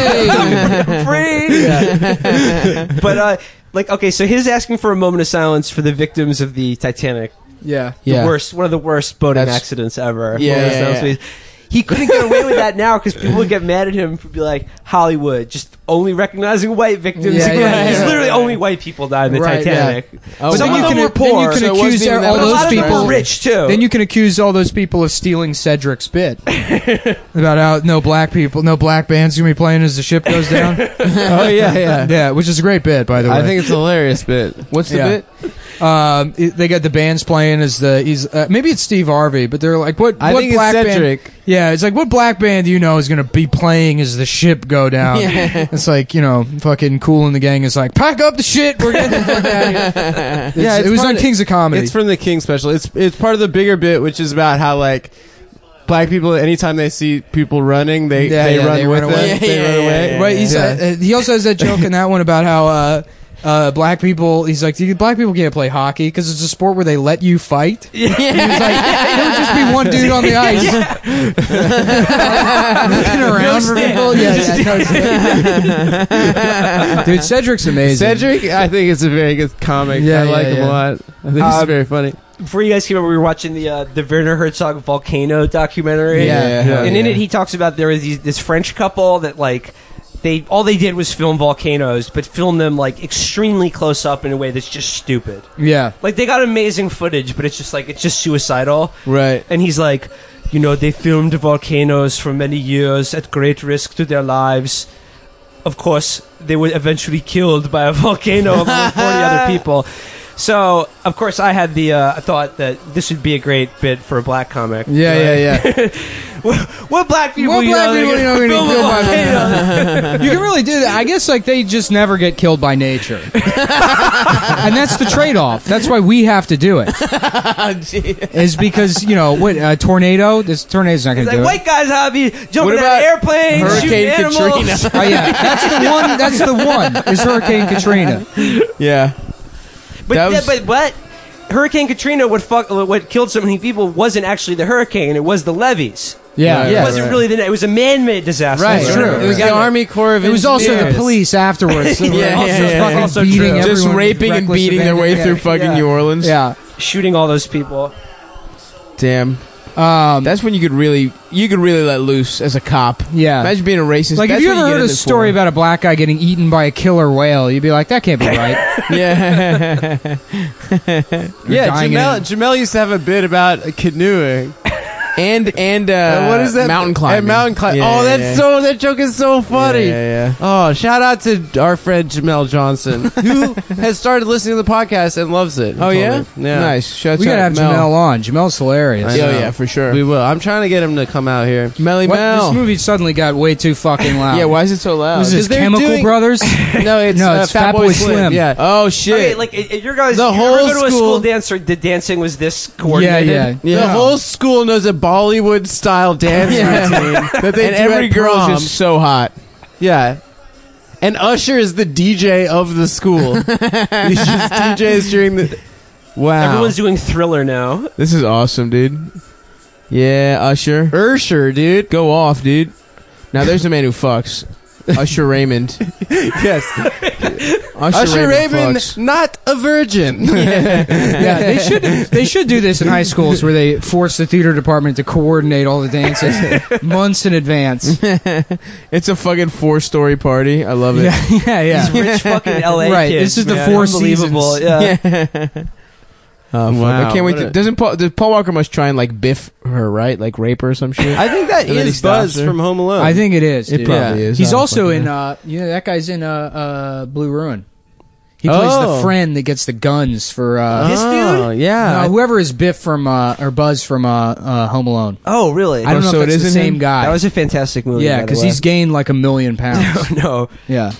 slave. Free. but uh, like, okay, so his asking for a moment of silence for the victims of the Titanic Yeah. yeah. the worst, one of the worst boating That's- accidents ever. Yeah, One of those yeah, times yeah. where he's- He couldn't get away with that now because people would get mad at him for be like Hollywood, just only recognizing white victims. Yeah, yeah, There's yeah. literally only white people died in the Right, Titanic. Oh, But then Some of you them can, were poor. Then you so can it wasn't accuse even that all but bad. a those lot of them people. were rich too. Then you can accuse all those people of stealing Cedric's bit about how no black people, no black bands gonna be playing as the ship goes down. Oh yeah, yeah. yeah, which is a great bit, by the way. I think it's a hilarious bit. What's the Yeah. bit? um, it- they got the bands playing as the he's uh, maybe it's Steve Harvey, but they're like, what? I what think it's black Cedric. Band? Yeah, it's like what black band do you know is gonna be playing as the ship go down? It's like you know, fucking cool and the gang is like, pack up the shit, we're getting the fuck out of here. Yeah, yeah, it's it was part on of- Kings of Comedy. It's from the King special. It's it's part of the bigger bit, which is about how like black people, anytime they see people running, they Yeah, they yeah, run they with run them. away. they Yeah, run yeah, away. yeah, right? He's, uh, uh, he also has that joke in that one about how uh, uh, black people. He's like, "You- black people can't play hockey because it's a sport where they let you fight. Yeah. He was like, there would just be one dude on the ice, looking around for people. Yeah, yeah, no stick. dude, Cedric's amazing. Cedric, I think is a very good comic. Yeah, I like yeah, him yeah. a lot. I think Uh, he's Um, very funny. Before you guys came over, we were watching the uh, the Werner Herzog volcano documentary. Yeah, Yeah, yeah, and in yeah. it he talks about there was these, this French couple that like they all they did was film volcanoes, but film them like extremely close up in a way that's just stupid. Yeah, Like they got amazing footage, but it's just like it's just suicidal. Right. And he's like, you know, they filmed volcanoes for many years at great risk to their lives. Of course, they were eventually killed by a volcano along with 40 other people. So, of course, I had the uh, thought that this would be a great bit for a black comic. yeah, yeah, yeah. What black people? What you black know, people that you know are are gonna film be killed by a volcano? You can really do that. I guess like they just never get killed by nature, and that's the trade-off. That's why we have to do it. Oh, Is because you know what a tornado. This tornado's not going It's to do like white guys' hobby: jumping about out of airplanes, shooting Hurricane animals. it. Oh yeah, that's the one. That's the one. Is Hurricane Katrina? Yeah. But That yeah, was- but what? Hurricane Katrina, what fuck, what killed so many people wasn't actually the hurricane; it was the levees. Yeah, Right, it yeah. wasn't really the. It was a man-made disaster. Right, It's true. It was the Army Corps of It was also the Engineers. police afterwards. They were Yeah, also yeah, yeah. fucking Also beating true. everyone Just with raping and reckless beating their way abandon. through fucking yeah. New Orleans. Yeah. shooting all those people. Damn. Yeah. Um, That's when you could really you could really let loose as a cop. yeah. Imagine being a racist. Like, That's if you what ever get heard a in it story for. about a black guy getting eaten by a killer whale, you'd be like, that can't be right. yeah, yeah. dying Jamel, in- Jamel used to have a bit about canoeing. And and uh, Uh, what is that? Mountain climbing. And mountain climbing. Yeah, oh, that's yeah. so. That joke is so funny. Yeah, yeah, Oh, shout out to our friend Jamel Johnson, who has started listening to the podcast and loves it. Oh Told yeah? me. yeah. Nice. Shout we out gotta have Mel. Jamel on. Jamel's hilarious. I Yeah, know. yeah, for sure. We will. I'm trying to get him to come out here. Melly What- Mel. This movie suddenly got way too fucking loud. yeah, why is it so loud? Was this 'Cause they're Chemical doing- Brothers? No, it's, No, uh, it's Fat Fatboy Boy Slim. Yeah. Oh shit! Okay, like it, it- your guys. The you ever whole go to a school school- dance or the dancing was this yeah, coordinated. yeah. Oh, The whole school knows a Bollywood style dance routine that they and do every at girl's prom. just so hot. yeah. And Usher is the DJ of the school. He's just DJs during the. Wow. Everyone's doing Thriller now. This is awesome, dude. Yeah, Usher, Usher, dude. go off, dude. Now there's a man who fucks. Usher Raymond. Yes. Usher, Usher Raven, fucks. not a virgin. yeah, they should they should do this in high schools where they force the theater department to coordinate all the dances months in advance. It's a fucking four story party. I love it. Yeah, yeah, yeah. Rich fucking L.A. Right, kids, this is the man. Four Unbelievable. Seasons. Yeah. Yeah. Oh, fuck. Wow. Oh, I can't wait. What To, a- doesn't Paul, does Paul Walker must try and like biff her, right? Like rape her or some shit? I think that And then he is stops Buzz her. from Home Alone. I think it is. It dude. probably is. I He's don't also fucking in. know. Uh, yeah, that guy's in uh, uh, Blue Ruin. He plays Oh. the friend that gets the guns for uh, This Oh, yeah. no, whoever is Biff from uh, or Buzz from uh, uh, Home Alone. Oh, really? I don't know so if it it's the isn't same him? guy. That was a fantastic movie. yeah, because because he's gained like a million pounds. Oh, no. yeah.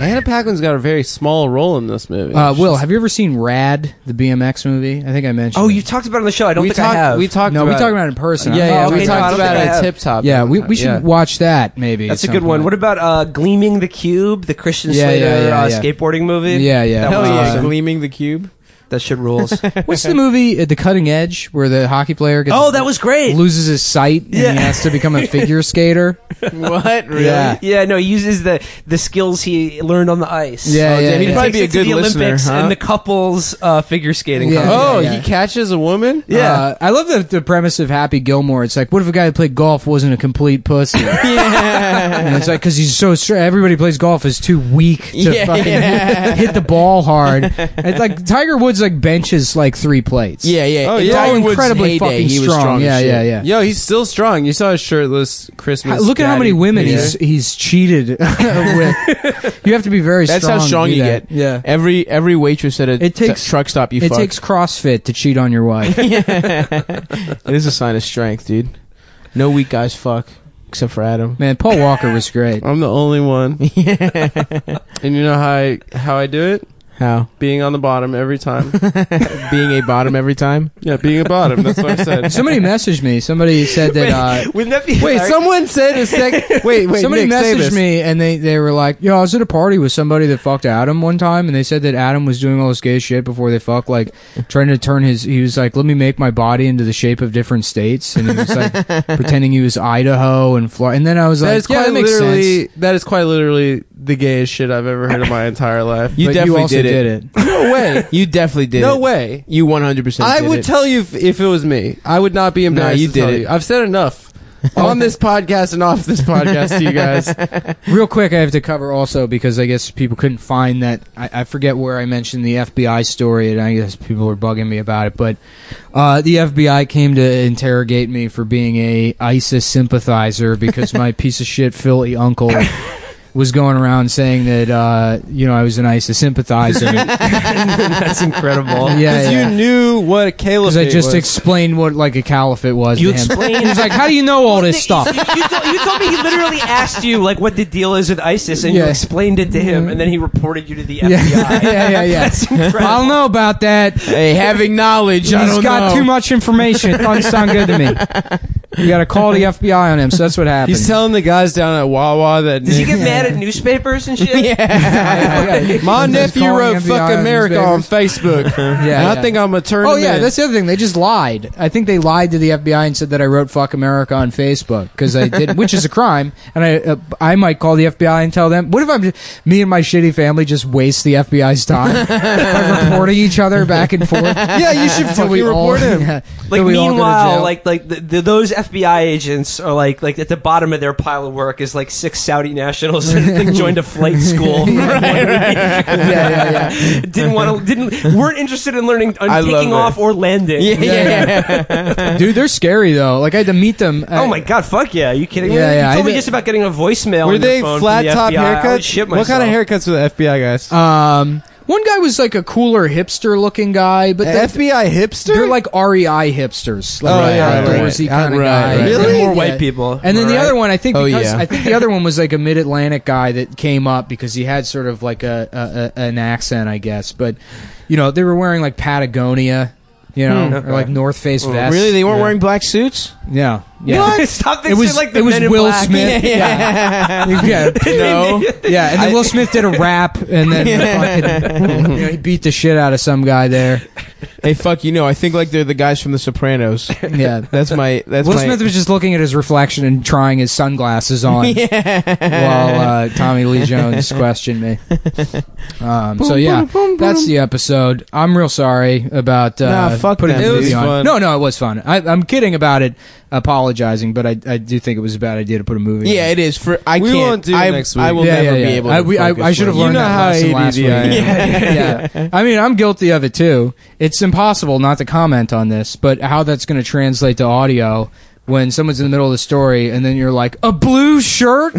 Anna Paquin's got a very small role in this movie. Uh, Will, have you ever seen Rad, the BMX movie? I think I mentioned. Oh, it. you talked about it on the show. I don't we think talked. I have. We talked. No, we about talked about it in person. Yeah, Oh, I yeah. don't okay, we think- no, I talked don't about think I it at have. Tip Top. Yeah, we, Uh, we should watch that maybe. That's a at good some one. point. What about uh, Gleaming the Cube, the Christian Yeah, Slater yeah, yeah, uh, yeah. skateboarding movie? Yeah, yeah. That Hell was yeah. awesome. gleaming the cube. That shit rules. What's the movie at the cutting edge where the hockey player gets oh, that was great. loses his sight and Yeah. he has to become a figure skater? What? Really? Yeah. Yeah, no, he uses the the skills he learned on the ice. Yeah, Oh, yeah, damn, yeah. He Probably takes be a it to good the listener, Olympics huh? and the couples uh, figure skating. Yeah. competition. Oh, Yeah, yeah. he catches a woman. Yeah. Uh, I love the, the premise of Happy Gilmore. It's like, what if a guy who played golf wasn't a complete pussy? And it's like, because he's so straight. Everybody who plays golf is too weak to Yeah, fucking yeah. hit the ball hard. It's like Tiger Woods like benches like three plates. Yeah, yeah. Oh, In yeah. It's all Tiger Woods' incredibly heyday, fucking he was strong. strong as yeah, shit. yeah, yeah, Yo, he's still strong. You saw his shirtless Christmas. Look at how many daddy women picture. he's he's cheated with. You have to be very That's strong. how to strong do you that. get. Yeah. Every every waitress at a It t- takes- truck stop you It fuck. takes CrossFit to cheat on your wife. it is a sign of strength, dude. No weak guys fuck except for Adam. Man, Paul Walker was great. I'm the only one. And you know how I how I do it? How? Being on the bottom every time. Being a bottom every time. yeah, being a bottom. That's what I said. Somebody messaged me. Somebody said that. Uh, Wouldn't that be Wait, hilarious? someone said a sec. Wait, wait. somebody Nick, say messaged this. me and they, they were like, "Yo, I was at a party with somebody that fucked Adam one time, and they said that Adam was doing all this gay shit before they fucked, like trying to turn his. He was like, "Let me make my body into the shape of different states," and he was like pretending he was Idaho and Florida. And then I was That like, is "Yeah, quite that makes literally. sense." That is quite literally the gayest shit I've ever heard in my entire life. You But definitely also did it. it. no way. You definitely did. No it. way. You one hundred percent. I would tell you if, if it was me. I would not be embarrassed. you to tell did it. I've said enough on this podcast and off this podcast to you guys. Real quick, I have to cover also because I guess people couldn't find that. I, I forget where I mentioned the FBI story, and I guess people were bugging me about it. But uh, the FBI came to interrogate me for being a ISIS sympathizer because my piece of shit Philly uncle was going around saying that uh, you know I was an ISIS sympathizer. yeah, That's incredible. Because yeah. you knew what a Because caliphate I just was. explained what like a caliphate was. You to him. explained- He's like, "How do you know all this stuff?" You, you told, you told me he literally asked you like what the deal is with ISIS, and Yeah. you explained it to him, and then he reported you to the FBI. Yeah, yeah, yeah, yeah. That's incredible. I don't know about that. Hey, having knowledge, I He's don't got know. too much information. It doesn't sound good to me. You got to call the FBI on him. So that's what happened. He's telling the guys down at Wawa that Does he Nick- get mad at newspapers and shit? Yeah, yeah, yeah. my He's nephew calling wrote FBI "Fuck on America" on newspapers. Facebook, and Yeah, I yeah. think I'm a turn. Oh him yeah, in. that's the other thing. They just lied. I think they lied to the FBI and said that I wrote "fuck America" on Facebook because I did, which is a crime. And I, uh, I might call the FBI and tell them. What if I'm just, me and my shitty family just waste the FBI's time by reporting each other back and forth? Yeah, you should fucking report him. Like meanwhile, like like the, the, those FBI agents are like like at the bottom of their pile of work is like six Saudi nationals that think joined a flight school. yeah, yeah, yeah. didn't want to didn't weren't interested in learning on I love taking it. off or landing. Yeah, yeah. Dude, they're scary though. Like I had to meet them. Oh my god, fuck yeah! you kidding me? Yeah, yeah, You told I me did- just about getting a voicemail. Were on your they phone from flat the top FBI. I would haircuts? Shit what kind of myself. haircuts were the FBI guys? Um, one guy was like a cooler hipster looking guy, but they, FBI hipster? they're like REI hipsters, like Oh, yeah, right, outdoorsy right. kind of Right, guy. right. Really? Yeah. More white people. And then the Right. other one, I think, Oh, because yeah. I think the other one was like a mid Atlantic guy that came up because he had sort of like a, a, a an accent, I guess. But you know, they were wearing like Patagonia, you know, or like North Face vests. Hmm. Really, they weren't wearing black suits. Yeah, yeah. Stop It thinking was like the it was Men in Will Black. Smith. Yeah, yeah. No. Yeah, and then Will Smith did a rap, and then fucking, you know, he beat the shit out of some guy there. hey, fuck you. know, I think like they're the guys from The Sopranos. Yeah. That's my. That's Will my. Smith was just looking at his reflection and trying his sunglasses on while uh, Tommy Lee Jones questioned me. Um, so yeah, that's the episode. I'm real sorry about uh, Nah, fuck putting them, the dude. movie It on. was fun. No, no, it was fun. I, I'm kidding about it. apologizing, but I, I do think it was a bad idea to put a movie. Yeah, on. it is for. I We can't. won't do I, next week. I will yeah, never yeah, yeah. be able. I, to we- I, focus I should have with learned know that how lesson last week. ADD I am. Yeah. yeah, I mean, I'm guilty of it too. It's impossible not to comment on this, but how that's going to translate to audio when someone's in the middle of the story and then you're like, a blue shirt?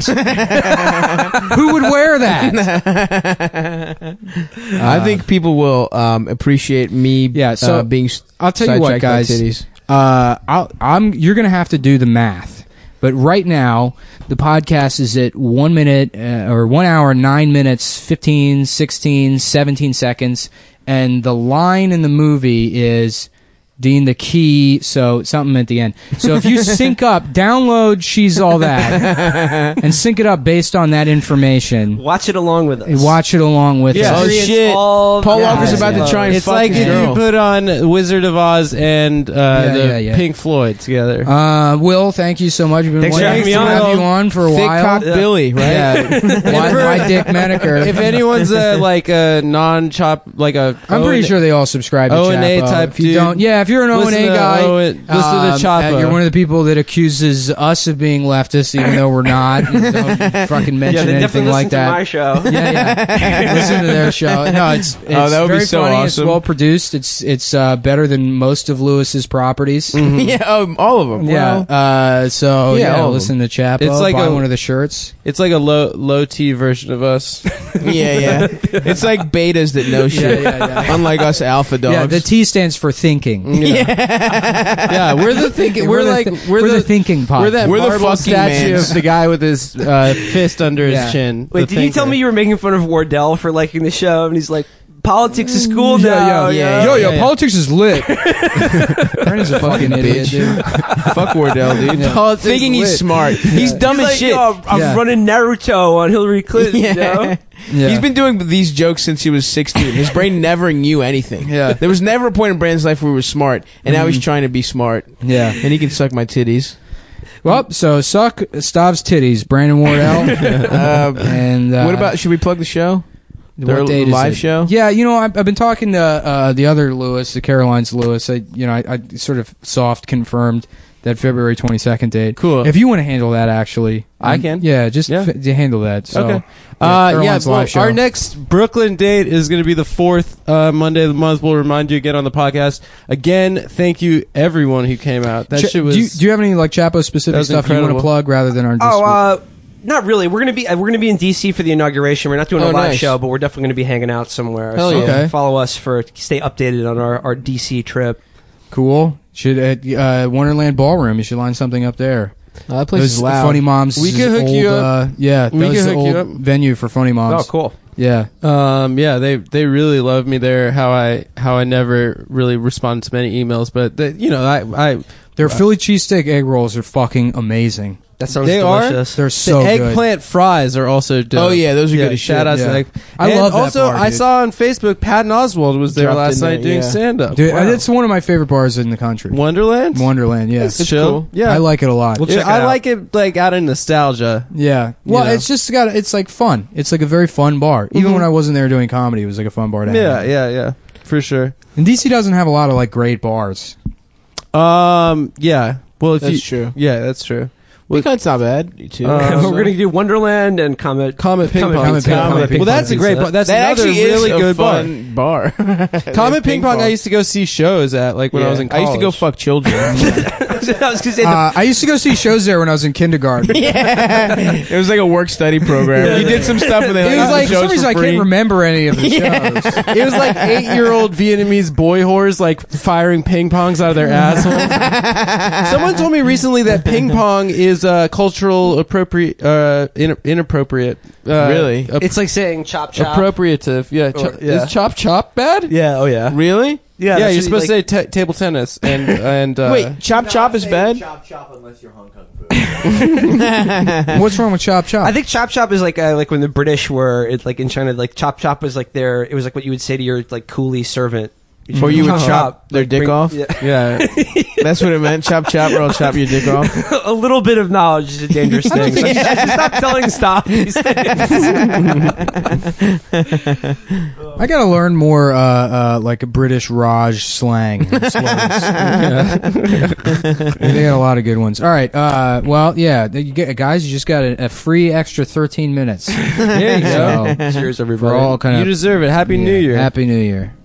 Who would wear that? you. I think people will um, appreciate me. Yeah, so uh, being. s- I'll tell you what, sidetracked by guys. titties. Uh, I'll, I'm. You're gonna have to do the math. But right now, the podcast is at one minute uh, or one hour, nine minutes, 15, 16, 17 seconds. And the line in the movie is Dean the key, so something at the end. So if you sync up, download She's All That and sync it up based on that information Watch it along with us. and watch it along with us. Yeah. Oh, Experience shit. all Paul the Walker's highs about and to try and it's fuck like his if girl. you put on Wizard of Oz and uh, Yeah, the yeah, yeah. Pink Floyd together. Uh, Will, thank you so much. We've been Thanks for wanting having me to on, have Will. you on for a Thick while. cock Billy, right? Yeah. my, my Dick Menaker. if anyone's uh, like a non-chop, like a I'm pretty Owen- sure they all subscribe to O and A Chapo. type If you dude. don't, yeah, if you're an O and Listen A to guy, Owen- listen to um, Chapo. You're one of the people that accuses us of being leftists, even though we're not. And don't fucking mention Yeah, they anything definitely like listen to my that. show. Yeah, yeah. listen to their show. No, it's, it's that would be very so funny. awesome. It's well produced. It's it's uh, better than most of Lewis's properties. yeah, um, all of them. Yeah. Well, uh, so Yeah, yeah, all of listen to Chapo. It's like buy a- one of the shirts. it's like a low low T version of us. yeah, yeah. It's like betas that know shit, yeah, yeah. unlike us alpha dogs. Mm. Yeah, the T stands for thinking. yeah, we're the thinking. We're, like the, we're, the, thinking podcast. we're that We're the marble fucking statue mans. of the guy with his uh, fist under Yeah. his chin. Wait, the did you tell thinker. me you were making fun of Wardell for liking the show? And he's like, politics is cool yeah, now. yo, yo." yeah, yo, yeah. politics is lit. Brennan's a fucking idiot, bitch. dude. Fuck Wardell, dude. Politics Thinking he's lit. smart. He's dumb He's as like, shit. "Yo, I'm, I'm Yeah. running Naruto on Hillary Clinton. Yeah. You know? Yeah. He's been doing these jokes since he was 16. His brain never knew anything. Yeah. There was never a point in Brandon's life where he was smart, and now he's trying to be smart. yeah. And he can suck my titties. Well, so suck Stav's titties, Brandon Wardell, Uh, and uh, what about, should we plug the show? what their date is live it? show? Yeah, you know, I've, I've been talking to uh, the other Lewis, the Carolines Lewis. I, you know, I, I sort of soft confirmed that February twenty second date. Cool. If you want to handle that, actually, I um, can. Yeah, just Yeah. f- handle that. So, Okay. Yeah, Uh, yeah, Caroline's well, live show. our next Brooklyn date is going to be the fourth uh, Monday of the month. We'll remind you again on the podcast. Again, thank you everyone who came out. That Ch- shit was. do, you, do you have any like Chapo That specific was stuff you want incredible. to plug rather than our? Oh, uh, not really. We're gonna be uh, we're gonna be in DC for the inauguration. We're not doing Oh, a live nice. show, but we're definitely gonna be hanging out somewhere. Hell so yeah. Okay. follow us for stay updated on our, our DC trip. Cool. Should uh, Wonderland Ballroom? You should line something up there. Uh, that place Those is loud. Funny Moms. We could hook old, you up. Uh, yeah, We that was could the hook you old up. Oh, venue for Funny Moms. Oh, cool. Yeah, Um, yeah, they they really love me there. How I how I never really responded to many emails, but they, you know I I their Philly cheesesteak egg rolls are fucking amazing. That sounds They are? delicious. They're so the good. eggplant fries are also Oh, dope. yeah, those are good as shit, Shout out yeah. to egg. I And love that Also, bar, I dude. saw on Facebook Patton Oswald was there Dropped last in night there, doing yeah. stand up. Dude, it's one of my favorite bars in the country. Wonderland. Wonderland. Yeah, It's chill. cool. Yeah, I like it a lot. We'll Yeah, check it I out. like it like out of nostalgia. yeah. Well, You know. Mm-hmm. it's just got. It's like fun. It's like a very fun bar. Even when I wasn't there doing comedy, it was like a fun bar to Yeah, have. yeah, yeah, for sure. And DC doesn't have a lot of like great bars. Um, yeah. Well, if That's you, true. yeah, that's true. Wicon's not bad. You too. Uh, we're gonna do Wonderland and Comet Comet ping Comet pong. Comet ping pong. Comet ping Well, that's a pong. great. bar. That's that another actually really is a good bar. fun bar. Comet ping, pong, I I used, used to go see shows at like when I was in college. I used to go fuck children. I was gonna say the Uh, I used to go see shows there when I was in kindergarten. it was like a work study program. You did some stuff and they It was like, like, for some shows reason, for I free. can't remember any of the shows. It was like eight year old Vietnamese boy whores like firing ping pongs out of their assholes. Someone told me recently that ping pong is uh, cultural appropriate, uh, in- inappropriate. Uh, Really? ap- it's like saying chop chop. appropriative. Yeah, cho- Or- yeah. Is chop chop bad? yeah. Oh yeah. Really? Yeah, Yeah. that you're should supposed be to say ta table tennis and and uh, Wait, chop chop is bad. Chop chop unless you're Hong Kong food. What's wrong with Chop Chop? I think chop chop is like uh, like when the British were it, like in China, like chop chop was like their it was like what you would say to your like coolie servant. Or you would Oh. chop their dick bring- off. Yeah, that's what it meant. Chop, chop, or I'll chop your dick off. a little bit of knowledge is a dangerous thing. So stop telling stop these things. I gotta learn more, uh, uh, like a British Raj slang. and slurs. Yeah. they got a lot of good ones. All right. Uh, well, yeah, you get, guys, you just got a, a free extra 13 minutes. There you go. Oh, Cheers, everybody. For all kind you of- deserve it. Happy New Yeah. Year. Happy New Year.